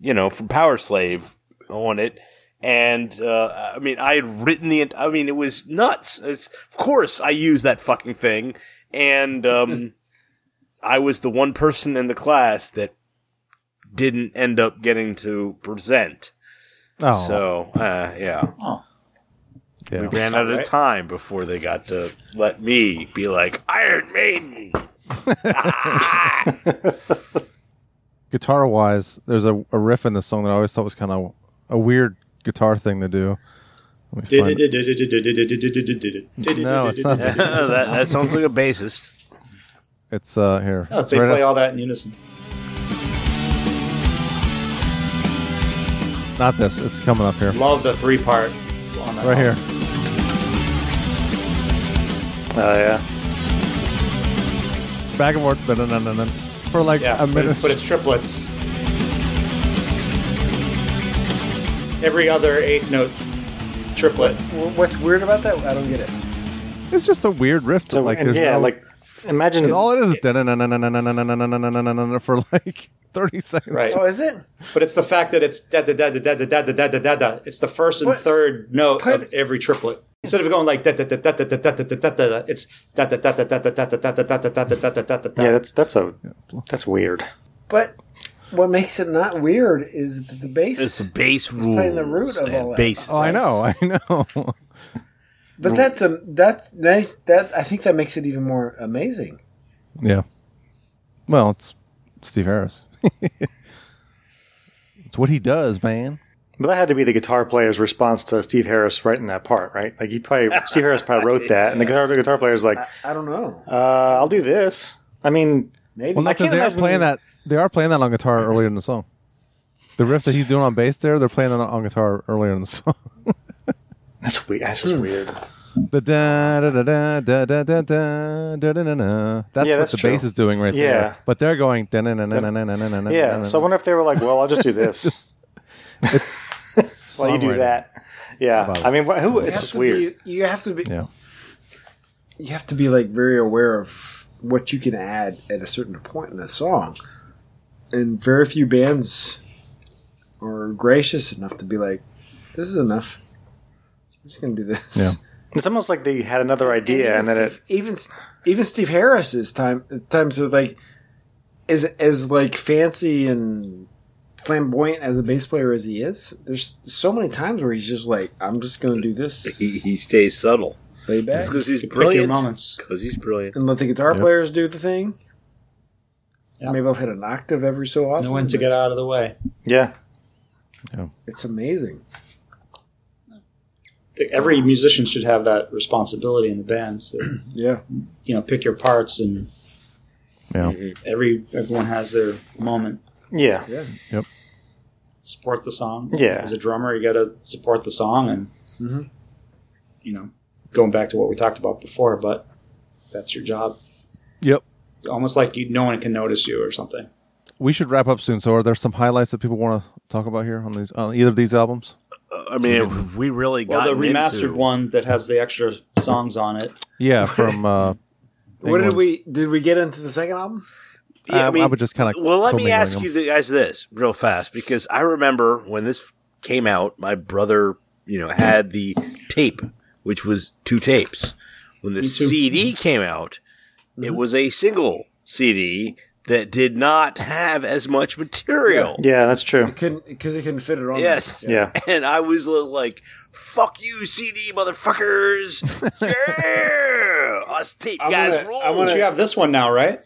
you know, from Power Slave on it. And uh, I mean, I had written the. I mean, it was nuts. It's, of course, I used that fucking thing, and um, I was the one person in the class that didn't end up getting to present.
Oh.
So uh, yeah,
Oh.
yeah.
we ran out of time before they got to let me be like Iron Maiden.
guitar wise, there's a, a riff in this song that I always thought was kind of a weird guitar thing to do. Let me find it. No, it's not.
that, that sounds like a bassist.
It's uh here.
No,
It's
they
right
play
up-
all that in unison.
Not this. It's coming up here.
Love the three part. on that
Right here.
album.
Oh yeah.
It's back and forth. dun-dun-dun-dun-dun, For like
Yeah,
a
but,
minute.
it's, but it's triplets. Every other eighth note triplet.
What's weird about that? I don't get it.
It's just a weird riff. that, like
and
there's
yeah,
no-
like, imagine
'cause all it is is
it-
dun-dun-dun-dun-dun-dun-dun-dun-dun-dun-dun-dun for like thirty seconds.
Right.
Oh, is it?
But it's the fact that it's da da da da da da da da da da da. It's the first and third note of every triplet. Instead of going like da da da da da da da da da da da, it's da da da da da da da da da da da da da da da da da da.
Yeah, that's that's a that's weird.
But what makes it not weird is that the bass.
It's the bass rules.
playing the root of all that.
Bass.
Oh, I know. I know.
But that's a that's nice. That I think that makes it even more amazing.
Yeah. Well, it's Steve Harris. it's what he does, man.
But that had to be the guitar player's response to Steve Harris writing that part, right? Like he probably Steve Harris probably wrote that, and the guitar the guitar player's like,
I don't know.
uh, "I'll do this." I mean,
maybe
Well,
I
not because
can't
they are
imagine
playing that. They are playing that on guitar earlier in the song. The riff that he's doing on bass there, they're playing that on guitar earlier in the song.
That's weird. That's
Hmm.
just weird.
The da da da da da da da da da da da da. That's
Yeah,
what
that's
the bass
true.
is doing right
Yeah.
there. But they're going da na na na na na na na na.
Yeah. So I wonder if they were like, "Well, I'll just do this."
it's
while you do
songwriting.
that. Yeah.
About it.
I mean, wh- who?
You
It's
have
just
to
weird.
be- you have to be.
Yeah.
You have to be like very aware of what you can add at a certain point in a song, and very few bands are gracious enough to be like, "This is enough. I'm just gonna do this."
It's almost like they had another idea, and,
even
then
Steve, even even Steve Harris's time times of like is as like fancy and flamboyant as a bass player as he is. There's so many times where he's just like, I'm just gonna do this.
He, he stays subtle.
Lay back.
Because he's
Pick your
brilliant.
moments.
Because he's brilliant.
and let the guitar
Yep.
players do the thing. Maybe I'll hit an octave every so often.
Know when to
but
get out of the way.
it yeah.
It's amazing.
Every musician should have that responsibility in the band. So,
yeah.
You know, pick your parts, and
Yeah.
Mm-hmm.
every everyone has their moment.
Yeah.
Yeah.
Yep.
Support the song.
Yeah.
As a drummer, you got to support the song and you know, going back to what we talked about before, but that's your job.
Yep.
It's almost like you, no one can notice you or something.
We should wrap up soon. So, are there some highlights that people want to talk about here on these on either of these albums?
I mean, if we really got
Well, the remastered
into,
one that has the extra songs on it.
Yeah, from uh,
What did
England.
we did we get into the second album?
Yeah,
Um, I would just kinda
Well, let me
commingling
ask
them.
you the guys this real fast because I remember when this came out, my brother, you know, had the tape, which was two tapes. When the
Me too.
CD came out, it was a single CD that did not have as much material.
Yeah, that's true.
It couldn't because it couldn't fit it on.
Yes.
Yeah.
And I was like, "Fuck you, CD motherfuckers! yeah, us tape
I'm
guys
gonna-
rule."
I'm
But
gonna-
you have this one now, right? Uh,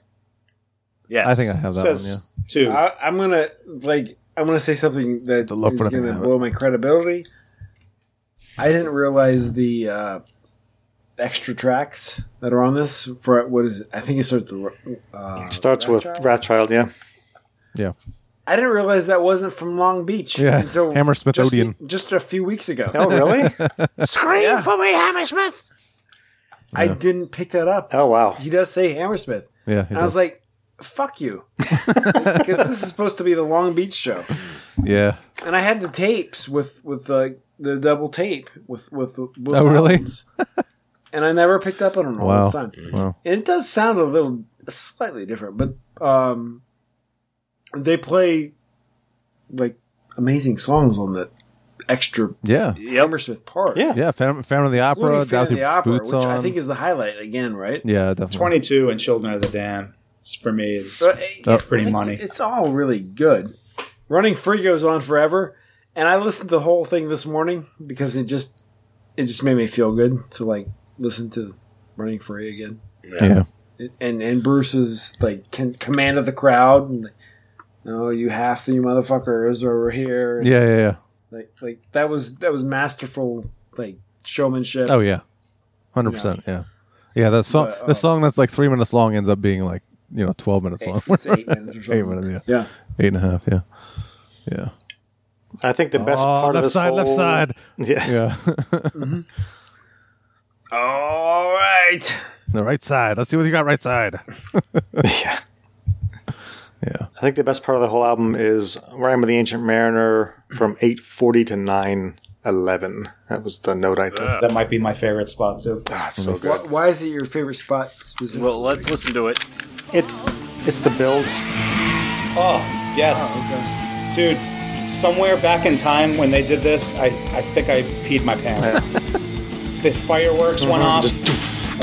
Yes.
I think I have that one. Yeah.
Says two.
I, I'm gonna like I'm gonna say something that is
love for them
gonna
have it.
blow my credibility. I didn't realize the uh, extra tracks that are on this for what is I think it starts. with, Uh,
It starts with Wrathchild. Yeah.
Yeah.
I didn't realize that wasn't from Long Beach.
Yeah,
until
Hammersmith
just,
Odeon.
Just a few weeks ago.
Oh, really?
Scream for me, Hammersmith!
I didn't pick that up.
Oh, wow.
He does say Hammersmith.
Yeah, he
And I was
does.
like, fuck you. Because this is supposed to be the Long Beach show.
Yeah.
And I had the tapes with with the the double tape with with. with
Oh, really?
And I never picked up on them all
Wow. Mm-hmm.
this time.
Wow.
And it does sound a little slightly different, but um, they play like amazing songs on the extra
Yeah.
Hammersmith part.
Yeah.
Yeah. Fan, fan of the opera.
Including Fan
Down
of
Through
the Opera,
boots
which
on.
I think is the highlight again, right?
yeah, definitely.
22 and Children of the Dam it's- for me is
But, eh,
Oh.
pretty
it-
money.
It's all really good. Running Free goes on forever, and I listened to the whole thing this morning because it just it just made me feel good to like listen to Running Free again.
Yeah.
It- and and Bruce's like can, command of the crowd. And, oh, you half of you motherfuckers over here.
Yeah. Yeah. Yeah.
Like like that was that was masterful like showmanship.
Oh yeah, hundred percent. Yeah, yeah. That song,
But,
the song that's like three minutes long, ends up being like you know twelve minutes long.
it's eight minutes or
eight
something.
minutes. Yeah.
Yeah.
Eight and a half. Yeah. Yeah.
I think the best
Oh,
part of
left
this
side, left
whole-
side.
Yeah.
Yeah.
All right.
The right side. Let's see what you got. Right side.
yeah.
Yeah.
I think the best part of the whole album is Rhyme of the Ancient Mariner from 840 to 911. That was the note I took.
That might be my favorite spot too.
it's so
Why,
good.
why is it your favorite spot specifically?
Well, let's listen to it.
It it's the build.
Oh, yes. Dude, somewhere back in time when they did this, I, I think I peed my pants. the fireworks went
Mhm,
off.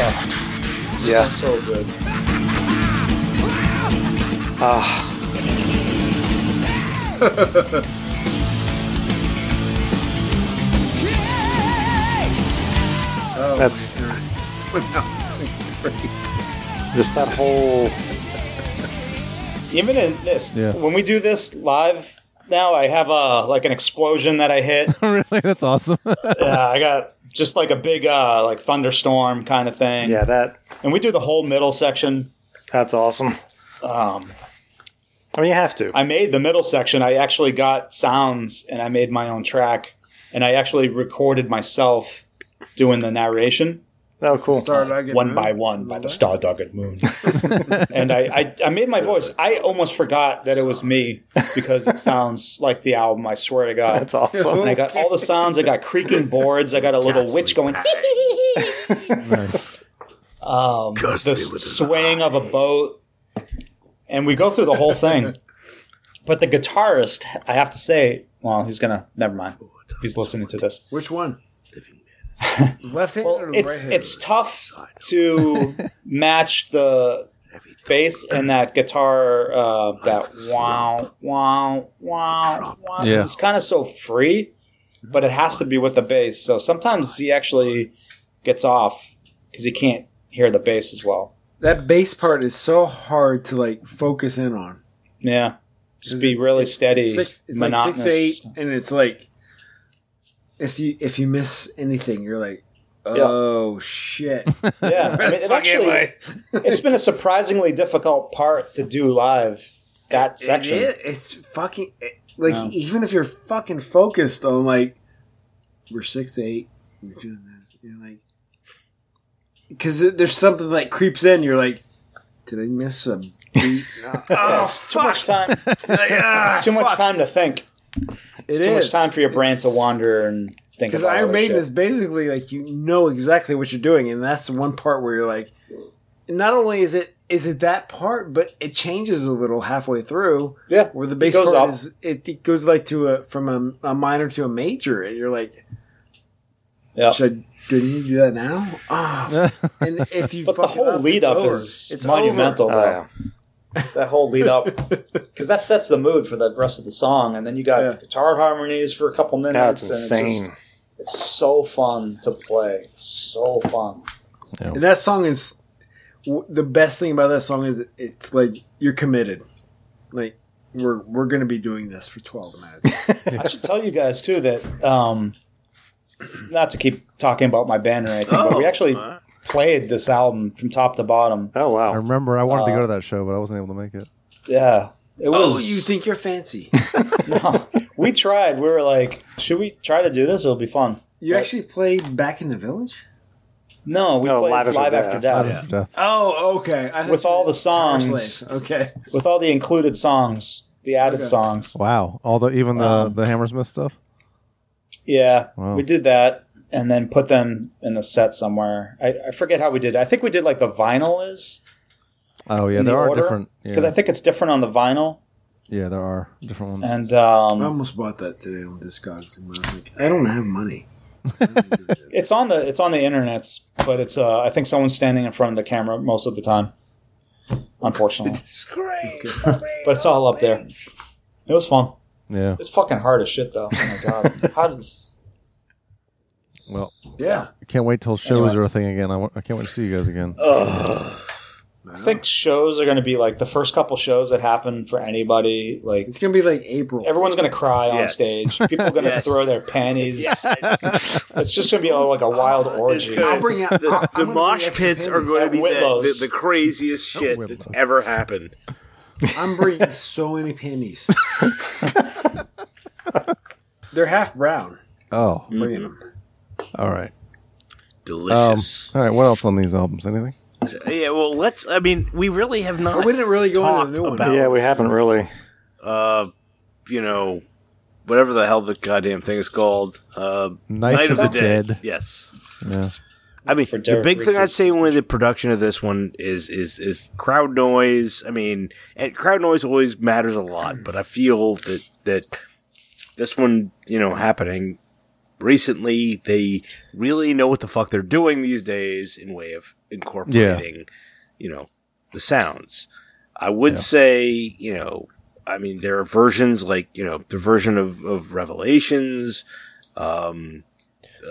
Oh.
Yeah.
So good.
Oh,
That's- Just that whole.
Even in this,
Yeah.
when we do this live now, I have a like an explosion that I hit.
really? That's awesome.
yeah, I got just like a big uh like thunderstorm kind of thing.
Yeah, that.
And we do the whole middle section.
That's awesome.
Um
I mean, you have to.
I made the middle section. I actually got sounds and I made my own track and I actually recorded myself doing the narration.
Oh, cool.
Star-Dogged
one
Moon?
by one by the Star Dogged Moon. and I, I, I made my voice. I almost forgot that it was me because it sounds like the album, I swear to God.
That's awesome.
And I got all the sounds. I got creaking boards. I got a little witch going. um, the swaying of a boat, and we go through the whole thing. but the guitarist, I have to say, well, he's gonna never mind. He's listening to this.
Which one? Left hand or
It's
right hand?
it's tough to match the bass and that guitar. Uh, that wow wow wow wow.
Yeah.
It's kind of so free, but it has to be with the bass. So sometimes he actually gets off because he can't hear the bass as well.
That bass part is so hard to like focus in on.
Yeah. Just be really steady,
Six, it's
monotonous.
like six eight, and it's like if you if you miss anything, you're like, oh shit.
Yeah, I mean, it actually, it's been a surprisingly difficult part to do live. That section,
It is. It's fucking it- like even if you're fucking focused on like we're six to eight, we're doing this. You're like because there's something like creeps in. You're like, did I miss some? beat?" No.
Yeah, it's too much time.
ah,
it's too much time to think. It's
It
too
is.
much time for your brain to wander and think.
Because
Because
Iron Maiden is basically like you know exactly what you're doing, and that's the one part where you're like, not only is it is it that part, but it changes a little halfway through.
Yeah,
where the bass
it goes
part
up.
is it, it goes like to a from a, a minor to a major, and you're like,
Yeah.
should I, didn't you do that now? Ah, and if you
But the
fuck it
whole
up,
lead
it's
up
over.
is
It's
monumental,
over.
Oh,
though. That whole lead up, because that sets the mood for the rest of the song, and then you got guitar harmonies for a couple minutes.
That's
and
insane.
it's, just, it's so fun to play. It's so fun.
And that song is w- the best thing about that song is it's like you're committed. Like we're we're gonna be doing this for twelve minutes.
I should tell you guys too that um, not to keep talking about my band or anything,
Oh,
but we actually played this album from top to bottom.
Oh
I
wow.
remember I wanted to go
Uh,
to that show, but I wasn't able to make it.
Yeah, it was.
oh, you think you're fancy?
we tried. We were like, should we try to do this? It'll be fun.
You
But
actually played back in the village?
no, we
No,
played
Live
live,
After Death.
after death
Out of death.
Oh, okay. I thought
with
you
all
were
the songs,
Slave. Okay.
with all the included songs, the added
Okay.
songs.
Wow. All the even the
Um,
the Hammersmith stuff.
Yeah,
Wow.
we did that and then put them in the set somewhere. I, I forget how we did. it. I think we did like the vinyl is.
Oh yeah,
in
there
the
are
order,
different.
because
Yeah,
I think it's different on the vinyl.
yeah, there are different ones.
And
I
um,
almost bought that today on Discogs, and I was like, I don't have money.
it's on the it's on the internet's, but it's uh, I think someone's standing in front of the camera most of the time. Unfortunately, but it's all up there. It was fun.
yeah.
It's fucking hard as shit though. Oh my god, how did?
Well,
Yeah.
I can't wait till shows
Anyway.
are a thing again. I, want, I can't wait to see you guys again.
I think shows are going to be like the first couple shows that happen for anybody. Like
it's going to be like April.
Everyone's going to cry on
Yes.
stage. People are going to
Yes.
throw their panties. It's just going to be like a wild orgy.
I'll bring out
the, the mosh pits are going to
At
be the, the,
Whitlow's.
the craziest shit that's ever happened.
I'm bringing so many panties. They're half brown.
Oh,
I'm bringing
Mm-hmm.
them.
all right.
Delicious.
Um, all right. What else on these albums? Anything?
Um, Yeah, well, let's. I mean, we really have not.
we didn't really go into the new one.
About,
yeah, we haven't really.
Uh, you know, whatever the hell the goddamn thing is called. Uh,
Knights
Night
of the
Dead.
Dead.
Yes.
Yeah.
I mean, the
Derek
big thing I'd
Riggs's-
say with the production of this one is is is crowd noise. I mean, and crowd noise always matters a lot, but I feel that that this one, you know, happening recently, they really know what the fuck they're doing these days in way of incorporating, you know, the sounds. I would say, you know, I mean, there are versions like you know the version of of Revelations. Um,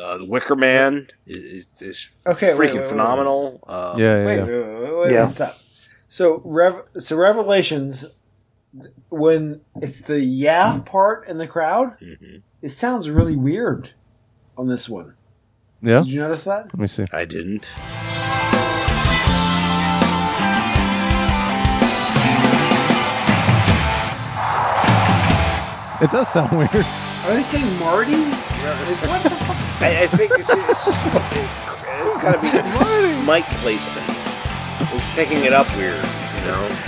uh, the Wicker Man is, is
Okay, wait,
freaking
wait, wait.
phenomenal. Uh,
wait, Wait, wait, wait, wait, stop. So, Rev- so Revelations, when it's the yeah part in the crowd,
Mm-hmm.
it sounds really weird on this one.
Yeah.
Did you notice that?
Let me see.
I didn't.
It does sound weird.
Are they saying Marty? Like, what the fuck?
I, I think it's, it's just it's got to be mic placement. It's picking it up weird, you know.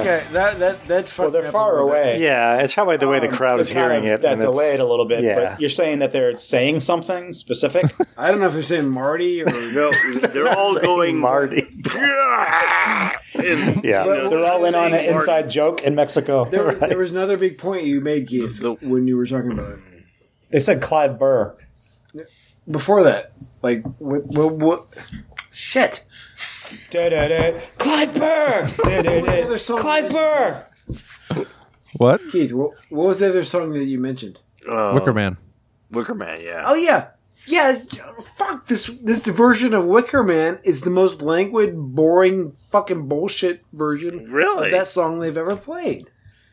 Okay, that that that. Well,
they're far away.
Yeah, it's probably the way the
Um,
crowd
it's
is hearing
kind of
it.
That
and it's-
delayed a little bit,
Yeah.
but you're saying that they're saying something specific.
I don't know if they're saying Marty or
no. They're all going
Marty.
yeah,
they're all in on an
Marty.
inside joke in Mexico.
There, was-
Right.
there was another big point you made, Keith, when you were talking about it.
They said Clive Burr.
Before that, like, what? what, what shit.
Da-da-da. Clive Burr. Da-da-da. Clive Burr.
What?
Keith, what, what was the other song that you mentioned?
Uh,
Wicker Man.
Wicker Man, yeah.
Oh yeah, yeah. Fuck this. This version of Wicker Man is the most languid, boring, fucking bullshit version.
Really?
of that song they've ever played.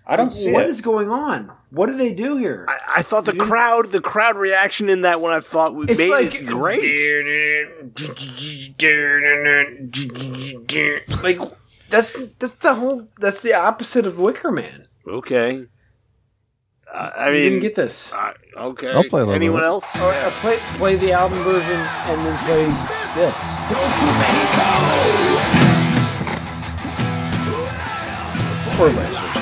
I don't see
what
it.
is going on. What do they do here?
I, I thought the crowd, the crowd reaction in that one, I thought was
It's
made
like-
it great. like
That's that's the whole. That's the opposite of Wicker Man.
okay, I, I
You
mean,
didn't get this.
I- okay,
I'll play a little
Anyone
bit.
else?
Or, uh, play play the album version and then play this. Or less version.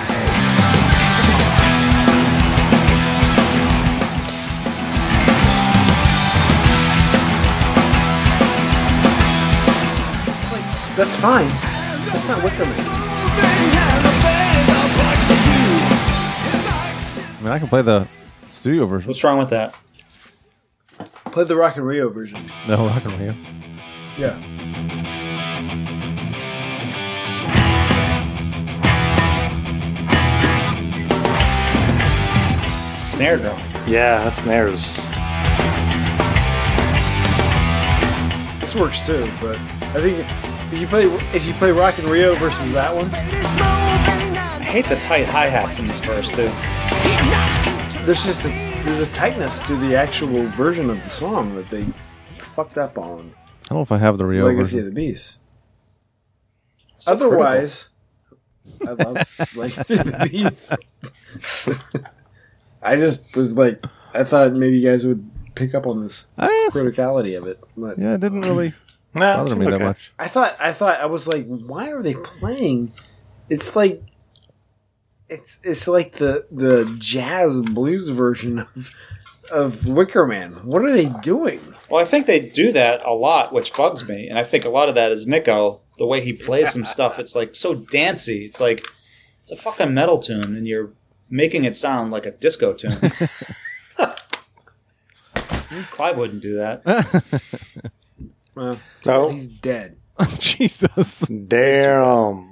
That's fine. That's not Wicker Man.
I mean, I can play the studio version.
What's wrong with that?
Play the Rock and Rio version.
No, I can hear.
Yeah.
Snare drum.
Yeah, that snares.
This works too, but I think if you play if you play Rock and Rio versus that one,
I hate the tight hi hats in this verse too.
there's just a, there's a tightness to the actual version of the song that they fucked up on
I don't know if I have the Rio
Legacy
version.
of the Beast.
So
Otherwise, I love Legacy of the Beast. I just was like, I thought maybe you guys would pick up on this criticality of it. But
Yeah, it didn't really
Nah,
bother
it's
me that
okay.
much.
I thought I thought I was like, why are they playing? It's like it's it's like the the jazz blues version of of Wicker Man. What are they doing?
Well, I think they do that a lot, which bugs me, and I think a lot of that is Nico. The way he plays some stuff, it's like so dancey. It's like it's a fucking metal tune, and you're making it sound like a disco tune. Clive wouldn't do that.
Well,
Oh.
he's dead.
Jesus.
Damn.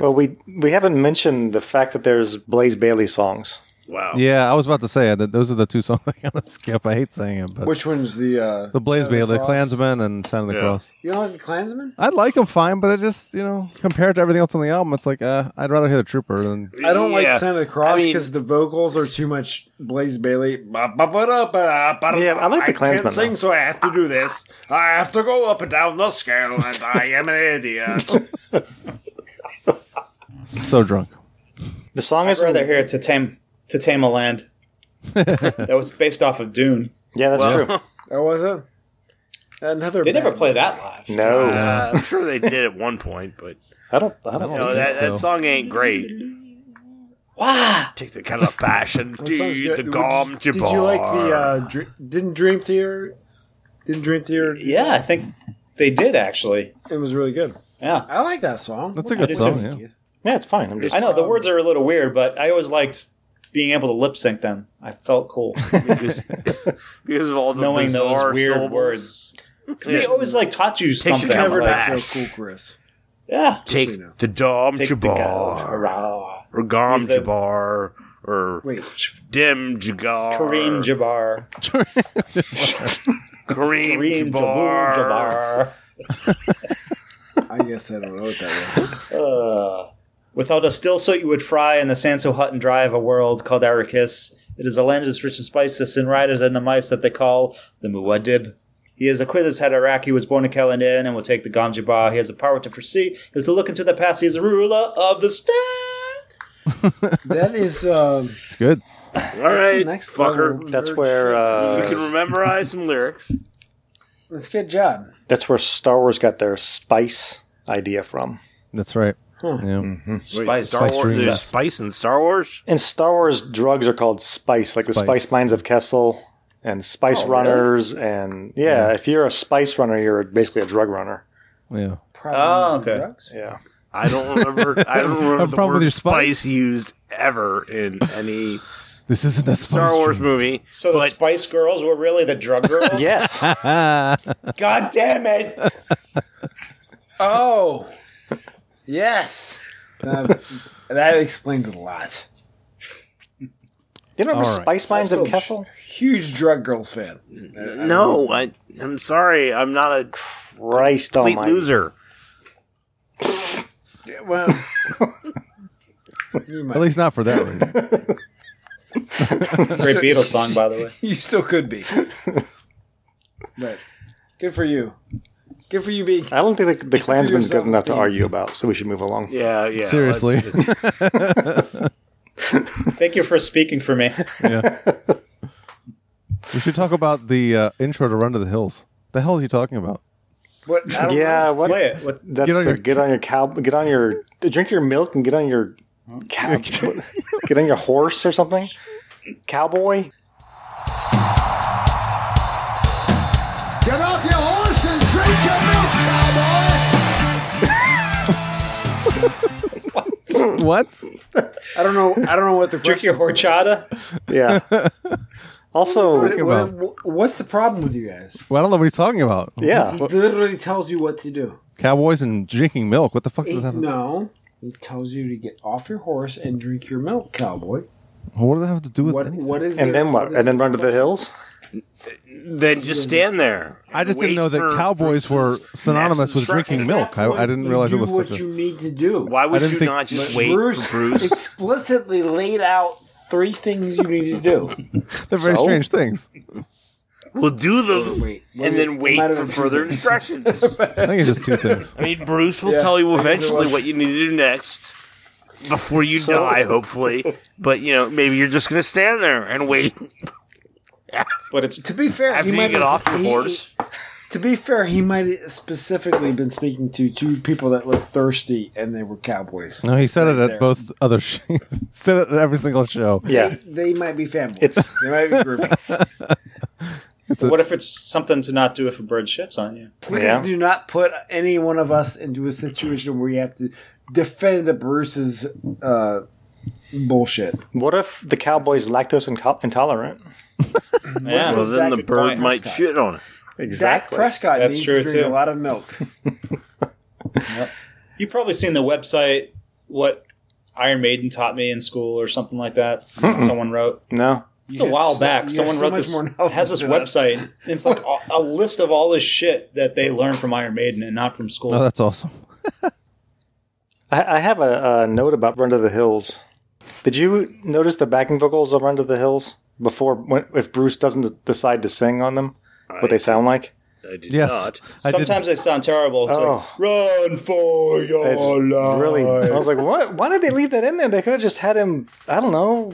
Well, we we haven't mentioned the fact that there's Blaze Bailey songs.
Oh.
Wow.
Yeah, I was about to say that those are the two songs I'm gonna skip. I hate saying it, but
Which one's the uh,
the Blaze
Sound of
Band, the
Cross?
Klansmen, and Sound of the
Yeah.
Cross.
You don't like the Klansman?
I like them fine, but it just you know compared to everything else on the album, it's like uh, I'd rather hear the Trooper than
I don't like
Yeah.
Sound of the Cross
I mean-
because the vocals are too much Blaze Bailey. Ba- ba- ba- da- ba- da- ba- da-
Yeah, I like the Klansman,
can't
though.
sing, so I have to do this. I have to go up and down the scale, and I am an idiot.
so drunk.
The song
is rather hear to tame to tame a land. that was based off of Dune.
Yeah,
that's true. That was it. Another.
They never
band.
play that live.
No.
Uh, I'm sure they did at one point, but
I don't.
I
don't
know
think
that,
so.
that song ain't great. Wow! Take the kind of passion,
That sounds good.
dude, the
Would-
gum,
Did you like the? Uh, dr- didn't Dream Theater? Didn't Dream Theater?
Yeah, I think they did actually.
It was really good.
Yeah,
I like that song.
That's a
good song,
yeah.
Yeah, it's fine. I'm
I know
um,
the words are a little weird, but I always liked being able to lip sync them. I felt cool because,
because of all the
knowing
bizarre
those weird
syllables.
words. Because they
Yeah.
always like taught you
Takes you
something.
covered
like-
back. Feel
cool, Chris.
Yeah,
Take the Dom
Take the
Jabbar, or Gom Jabbar, or Dim Jagar,
Kareem Jabbar,
Kareem,
Kareem
Jabbar.
Jabbar.
I guess I don't know what that was.
Uh, without a still soot you would fry in the Sanso hut and dry of a world called Arrakis. It is a land that's rich in spice, the sin riders and the mice that they call the Muad'Dib. He is a Quidditch head Iraq. He was born in Kalandan and will take the Gamjabah. He has the power to foresee. He has to look into the past. He is the ruler of the state.
that is. Um,
It's good.
All right,
next level
fucker.
of
That's where
You
uh,
can memorize some lyrics.
That's a good job.
that's where Star Wars got their spice idea from.
That's right.
Huh.
Yeah.
Wait, Star Wars, there's spice in Star Wars.
In Star Wars, drugs are called spice, like the
Spice.
Spice Mines of Kessel and Spice
Oh, really?
Runners. And yeah, if you're a spice runner, you're basically a drug runner.
Yeah.
Oh, okay.
Yeah.
I don't remember. I don't remember
I'm
the
probably
word
your
spice.
spice.
used ever in any
This isn't a spice
Star Wars movie.
So the Spice Girls were really the drug girls?
yes.
God damn it.
Oh, yes. That, that explains a lot.
You
remember All right. Spice
Mines
of Kessel?
Huge drug girls fan.
No, I, I'm sorry. I'm not a
Christ
Oh
complete
almighty.
loser.
Yeah, well, you might-
At least not for that reason.
Great Beatles song, by the way.
You still could be. But good for you. Good for you, B.
I don't think the, the Klansman's good
yourself,
enough to
Steve.
argue about, so we should move along.
Yeah, yeah.
Seriously.
Thank you for speaking for me.
we should talk about the uh, intro to Run to the Hills. The hell is he talking about?
What? I don't
Yeah,
know.
what?
Play it. What's,
That's
Get on
the
your-
get on your cow. Get on your drink your milk and get on your cow. get on your horse or something. Cowboy.
Get off your horse and drink your milk, cowboy!
what?
I don't know. I don't know what the
Drink your horchata.
Yeah. Also,
What- what- what's the problem with you guys?
Well, I don't know what he's talking about.
yeah.
He literally tells you what to do.
Cowboys and drinking milk. What the fuck does
He-
that have?
no, he tells you to get off your horse and drink your milk, cowboy.
What does that have to do with
What?
anything?
What is?
And
there-
then what? And then run to the hills.
Then just stand there.
I just
Wait
didn't know that
for-
cowboys were synonymous with
instructions.
drinking milk. I, I didn't
You
realize it
do
was
what
such a.
you need to do.
Why would
I didn't
you
think-
not just
But
wait
Bruce,
for Bruce?
explicitly laid out three things you need to do.
They're very
So?
strange things.
we'll do them
Wait,
and then wait
might have
for
been-
further instructions.
I think it's just two things.
I mean, Bruce will
Yeah,
tell you
I think there
eventually
was-
what you need to do next before you
So-
die, hopefully. But you know, maybe you're just gonna stand there and wait.
But it's
to be fair,
after
he
you
might
get
have-
off the
he-
horse.
To be fair, he might have specifically been speaking to two people that looked thirsty and they were cowboys.
No, he said
Right
it at
there.
both other sh- said it at every single show.
Yeah.
They might be fanboys.
It's-
they might be groupies.
what if it's something to not do if a bird shits on you?
Please
Yeah.
do not put any one of us into a situation where you have to defend Bruce's uh, bullshit.
What if the cowboy's lactose inco- intolerant?
Yeah,
Well, then
that
the
good
bird
point,
might
Prescott?
shit on it.
Dak Prescott
That's
needs
true,
to drink
too.
a lot of milk.
You've probably seen the website what Iron Maiden taught me in school or something like that.
Mm-mm.
someone wrote.
No.
It's a while back. Someone wrote this. has this website. and It's like a, a list of all this shit that they learned from Iron Maiden and not from school.
Oh, that's awesome.
I, I have a, a note about Run to the Hills. Did you notice the backing vocals of Run to the Hills before, when, if Bruce doesn't decide to sing on them, what they sound like?
I did
Yes.
not.
I didn't-
Sometimes they sound terrible. It's
Oh.
like, Run for your
It's
life.
really, I was like, what? Why did they leave that in there? They could have just had him. I don't know,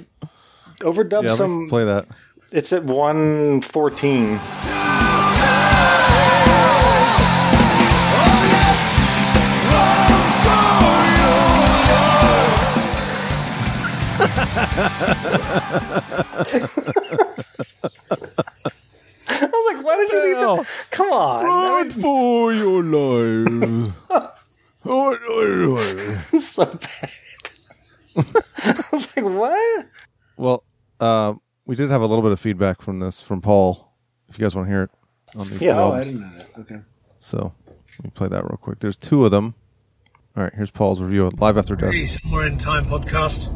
overdub
Yeah, let me
some.
play that.
It's at one fourteen. I was like, why did you leave that? Come on. Run
Oh, for your life.
so bad. I was like, what?
Well, uh, we did have a little bit of feedback from this from Paul. If you guys want to hear it, on these two
Oh, I
albums.
didn't know that. Okay.
So let me play that real quick. There's two of them. All right, here's Paul's review of Live After Death.
Peace, We're in Time podcast.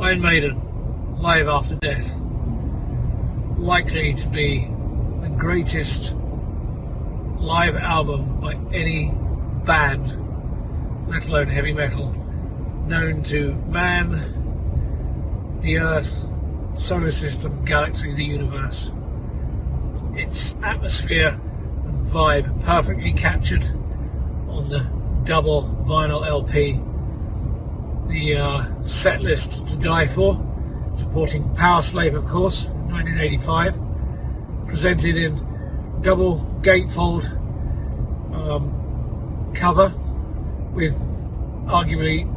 Iron Maiden, live after death. Likely to be the greatest live album by any band, let alone heavy metal, known to man, the earth, solar system, galaxy, the universe. Its atmosphere and vibe perfectly captured on the double vinyl LP. The uh, set list to die for, supporting Power Slave, of course, 1985, presented in double gatefold um, cover with arguably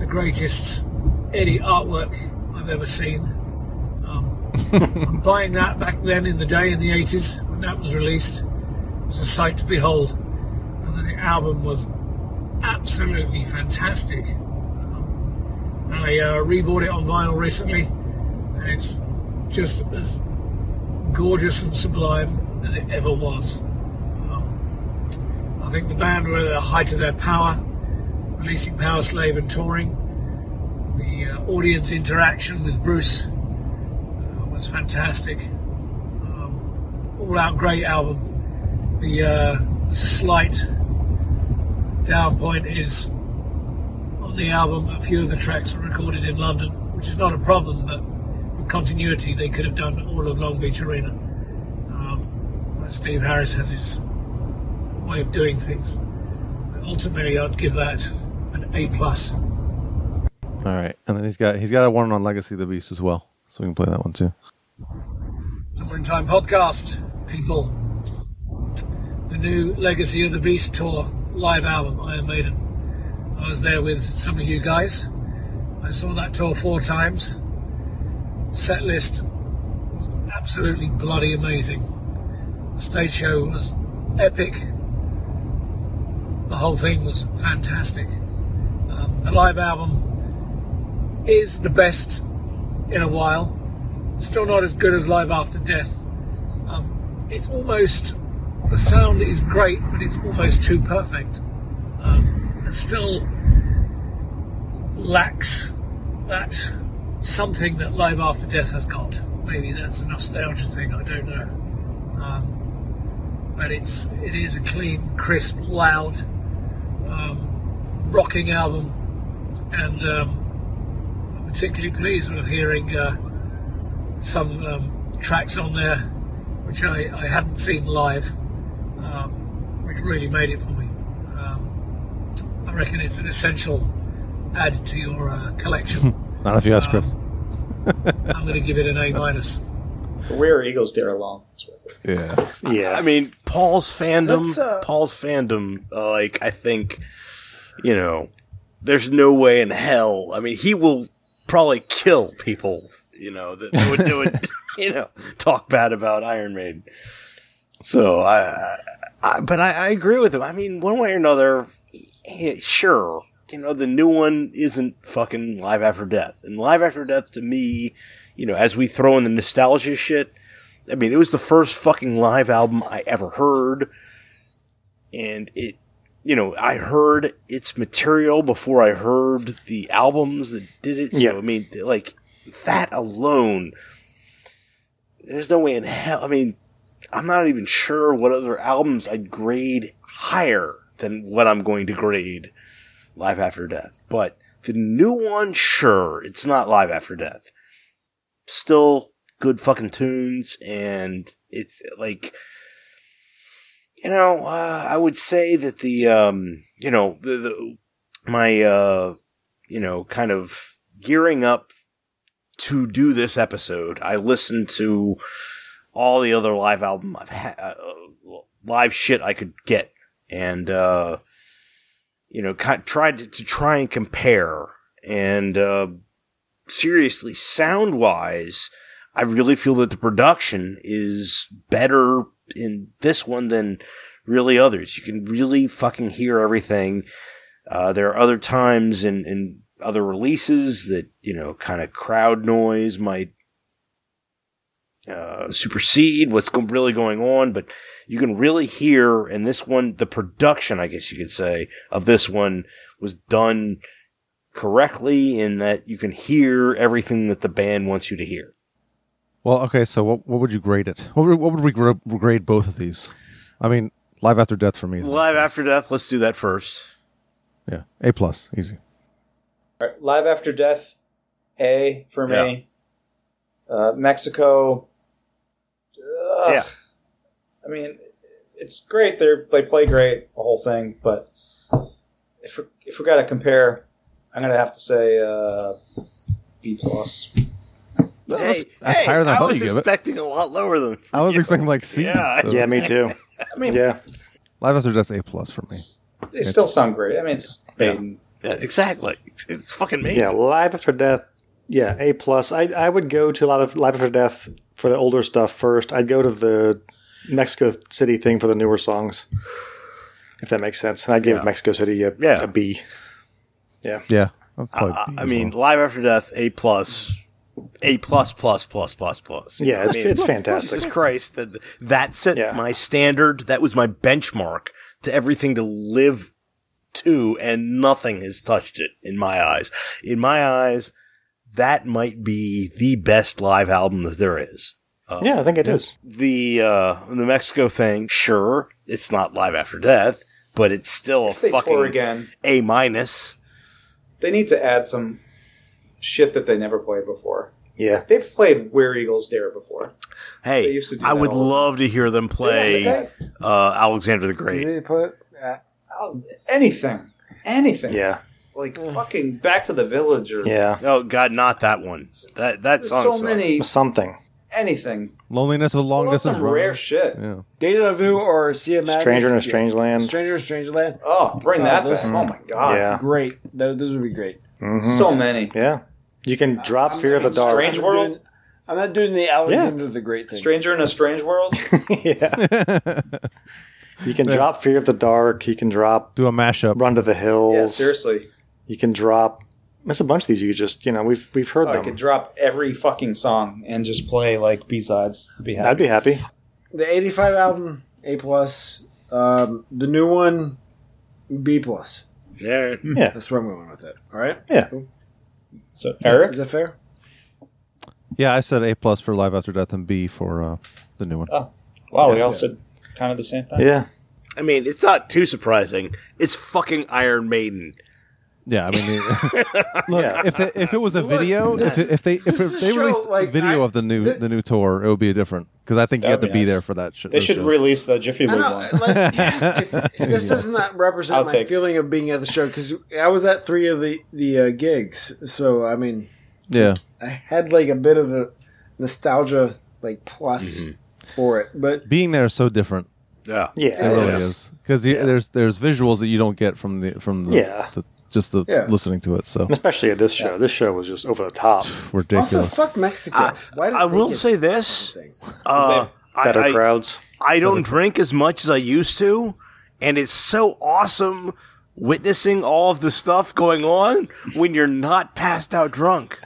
the greatest Eddie artwork I've ever seen. Um, buying that back then in the day in the 80s when that was released it was a sight to behold and then the album was absolutely fantastic. Um, I uh, rebought it on vinyl recently, and it's just as gorgeous and sublime as it ever was. Um, I think the band were at the height of their power, releasing Power Slave and touring. The uh, audience interaction with Bruce uh, was fantastic. Um, all out great album the uh, slight down point is on the album a few of the tracks were recorded in london which is not a problem but for continuity they could have done all of long beach arena um, but steve harris has his way of doing things But ultimately i'd give that an a plus
All right, and then he's got he's got a one on Legacy of the Beast as well, so we can play that one too.
Summer in Time podcast, people. The new Legacy of the Beast tour live album, Iron Maiden. I was there with some of you guys. I saw that tour four times. Set list was absolutely bloody amazing. The stage show was epic. The whole thing was fantastic. Um, the live album is the best in a while still not as good as Live After Death. Um, it's almost the sound is great, but it's almost too perfect. Um, it still lacks that something that Live After Death has got. Maybe that's a nostalgia thing. I don't know. Um, but it's it is a clean, crisp, loud, um, rocking album, and um, I'm particularly pleased with hearing. Uh, some um, tracks on there which I, I hadn't seen live, um, which really made it for me. Um, I reckon it's an essential add to your uh, collection.
Not if you ask Chris.
I'm going to give it an A minus.
For where are Eagles Dare alone? It's worth it.
Yeah.
Yeah. I, mean, Paul's fandom,
That's, uh,
Paul's fandom, uh, like, I think, you know, there's no way in hell. I mean, he will probably kill people, you know, that that would, that would you know, talk bad about Iron Maiden. So, I, I, I but I, I agree with him. I mean, one way or another, yeah, sure, you know, the new one isn't fucking Live After Death. And Live After Death to me, you know, as we throw in the nostalgia shit, I mean, it was the first fucking live album I ever heard. And it you know, I heard its material before I heard the albums that did it. So,
Yeah.
I mean, like, that alone, there's no way in hell. I mean, I'm not even sure what other albums I'd grade higher than what I'm going to grade Live After Death. But the new one, sure, it's not Live After Death. Still good fucking tunes, and it's like you know, uh, I would say that the um, you know, the, the my uh, you know, kind of gearing up to do this episode, I listened to all the other live album I've had, uh, uh, live shit I could get, and uh, you know, ki tried to, to try and compare. And uh, seriously, sound wise, I really feel that the production is better in this one than really others. You can really fucking hear everything. Uh, there are other times in, in other releases that, you know, kind of crowd noise might uh, supersede what's go- really going on, but you can really hear in this one the production, I guess you could say, of this one was done correctly in that you can hear everything that the band wants you to hear.
Well, okay. So what what would you grade it? What would, what would we gr- grade both of these? I mean, Live After Death for me is
Live After Death, let's do that first.
yeah A plus easy.
All right, Live After Death, A for me. Uh, Mexico. Ugh.
Yeah.
I mean, it's great. They they play great, the whole thing. But if we if we got to compare, I'm gonna have to say uh, B plus.
Hey,
that's
hey,
higher than I thought
was
you gave it.
expecting a lot lower than
I was expecting like C.
Yeah.
Yeah, me too.
I mean,
yeah,
Live After Death's A plus for me.
they still sound great. I mean, it's Baden.
Yeah, exactly. It's, it's fucking me.
yeah. Live after death, yeah, A plus. I I would go to a lot of live after death for the older stuff first. I'd go to the Mexico City thing for the newer songs, if that makes sense. And I gave
Yeah.
Mexico City a,
Yeah.
a B. Yeah,
Yeah.
I, I- I mean, Live After Death, A plus, A plus plus plus plus plus. You
Yeah,
know
it's-
what I mean?
it's fantastic.
Jesus Christ, that that set my standard. That was my benchmark to everything to live to, and nothing has touched it in my eyes. In my eyes, that might be the best live album that there is.
Oh.
Uh,
Yeah, I think it
it is
is.
The uh, the Mexico thing, sure, it's not live after death, but it's still
If
a
they
fucking
tour again.
A minus.
They need to add some shit that they never played before.
Yeah.
They've played Where Eagles Dare before.
Hey,
used to do
I
that
would
all the
love to hear them play
Yeah,
uh, Alexander the Great.
Oh, anything, anything.
Yeah.
like fucking Back to the Village or
Oh God, not that one. That that
There's
song.
so
sucks.
many-
something.
anything.
Loneliness is a long
Pull out
distance.
some
runner.
rare shit.
Yeah.
Deja vu or Sea of Madness?
Stranger in a Strange
Yeah.
Land.
Stranger in a Strange Land.
Oh, bring that back. Oh my God.
Yeah.
Great. Tho- Those would be great.
Mhm.
So many.
Yeah, you can drop Fear of the Dark.
Strange World.
I'm not doing the Alexander the Great thing.
Stranger in a Strange World.
yeah. You can drop Fear of the Dark. You can drop
do a mashup.
Run to the Hills.
Yeah, seriously.
You can drop. There's a bunch of these. You could just you know we've we've heard
Oh, I
them.
could drop every fucking song and just play like B sides. Be happy.
I'd be happy.
The 85 album, A plus. Um, the new one, B plus.
Yeah.
Yeah.
That's where I'm going with it. All right.
Yeah.
Cool.
So Eric,
is that fair?
Yeah, I said A plus for Live After Death and B for uh, the new one.
Oh, wow, we
Yeah.
all said kind of the same thing.
I mean, it's not too surprising. It's fucking Iron Maiden.
Yeah, I mean, it- look if it, if it was a video, if, it, if they if,
this is
it-
a
they
show,
released
like,
video
I-
of the new the new tour, it would be different because I think you
That'd
have to be
be nice.
there for that. Sh-
They
those
should
shows.
release the Jiffy
I
Lube
know,
one.
like, it's, this does
Yeah.
not represent my
Outtakes.
feeling of being at the show because I was at three of the the uh, gigs, so I mean,
Yeah,
I had like a bit of a nostalgia like
Mm-hmm.
plus for it, but
being there is so different.
Yeah.
it really is because there's there's visuals that you don't get from the from the,
Yeah.
the- just the
Yeah.
listening to it. So
And Especially at this show. This show was just over the top.
ridiculous.
fuck Mexico. Why
I will say this: uh, I-
better
I-
crowds.
I don't drink as much as I used to, and it's so awesome witnessing all of the stuff going on when you're not passed out drunk.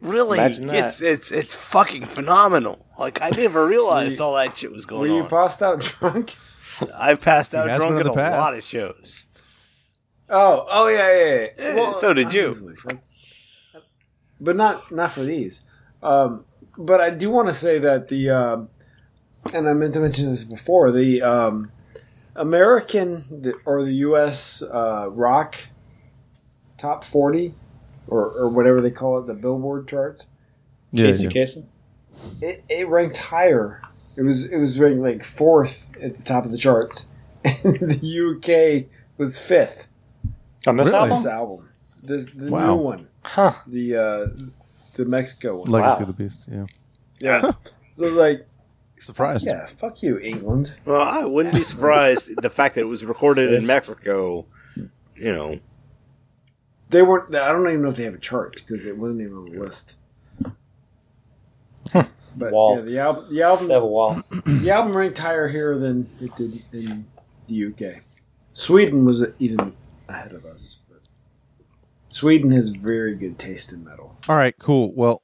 Really,
Imagine that.
it's it's it's fucking phenomenal. Like I never realized all that shit was
were
going
you
on.
passed out drunk?
I've passed
He
out
has
drunk
been
at
in the
a
past.
lot of shows.
Oh, oh yeah, yeah. yeah.
Eh, so did you.
obviously. That's- but not not for these. Um, but I do want to say that the, um and I meant to mention this before the um, American the, or the U.S. Uh, rock top forty or, or whatever they call it, the Billboard charts.
Yeah,
Casey
yeah.
Kasem.
It, it ranked higher. It was it was ranked like fourth at the top of the charts, and the U.K. was fifth.
On this Really? album?
This album, this the
Wow.
new one,
huh?
The uh, the Mexico one,
Legacy of the Beast. Yeah.
Yeah.
So I was like,
Surprised.
Yeah, fuck you, England.
Well, I wouldn't be surprised the fact that it was recorded in
Yes.
Mexico. You know,
They weren't. I don't even know if they have a chart because it wasn't even on the list. But yeah, the, al- the album, the album ranked higher here than it did in the UK. Sweden was even ahead of us. But Sweden has very good taste in metal.
All right. Cool. Well,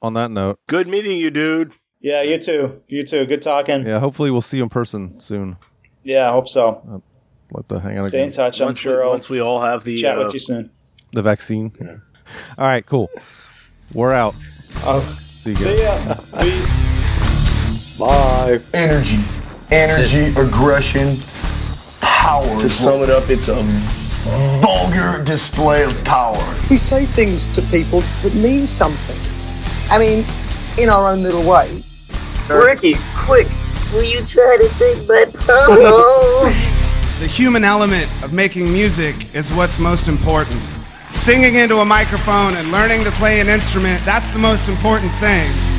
on that note,
Good meeting you, dude.
Yeah, you too. You too. Good talking.
yeah. Hopefully, we'll see you in person soon.
Yeah, I hope so.
Let the hang out.
Stay in touch. I'm
Once we-
sure I'll
once we all have the
chat
uh,
with you soon.
The vaccine. All right. Cool. We're out. see you. guys.
See ya. Peace.
Bye.
Energy. Energy, aggression, power. To sum it up, it's a vulgar display of power.
We say things to people that mean something. I mean, in our own little way.
Ricky, quick, will you try to take my photo?
The human element of making music is what's most important. Singing into a microphone and learning to play an instrument, that's the most important thing.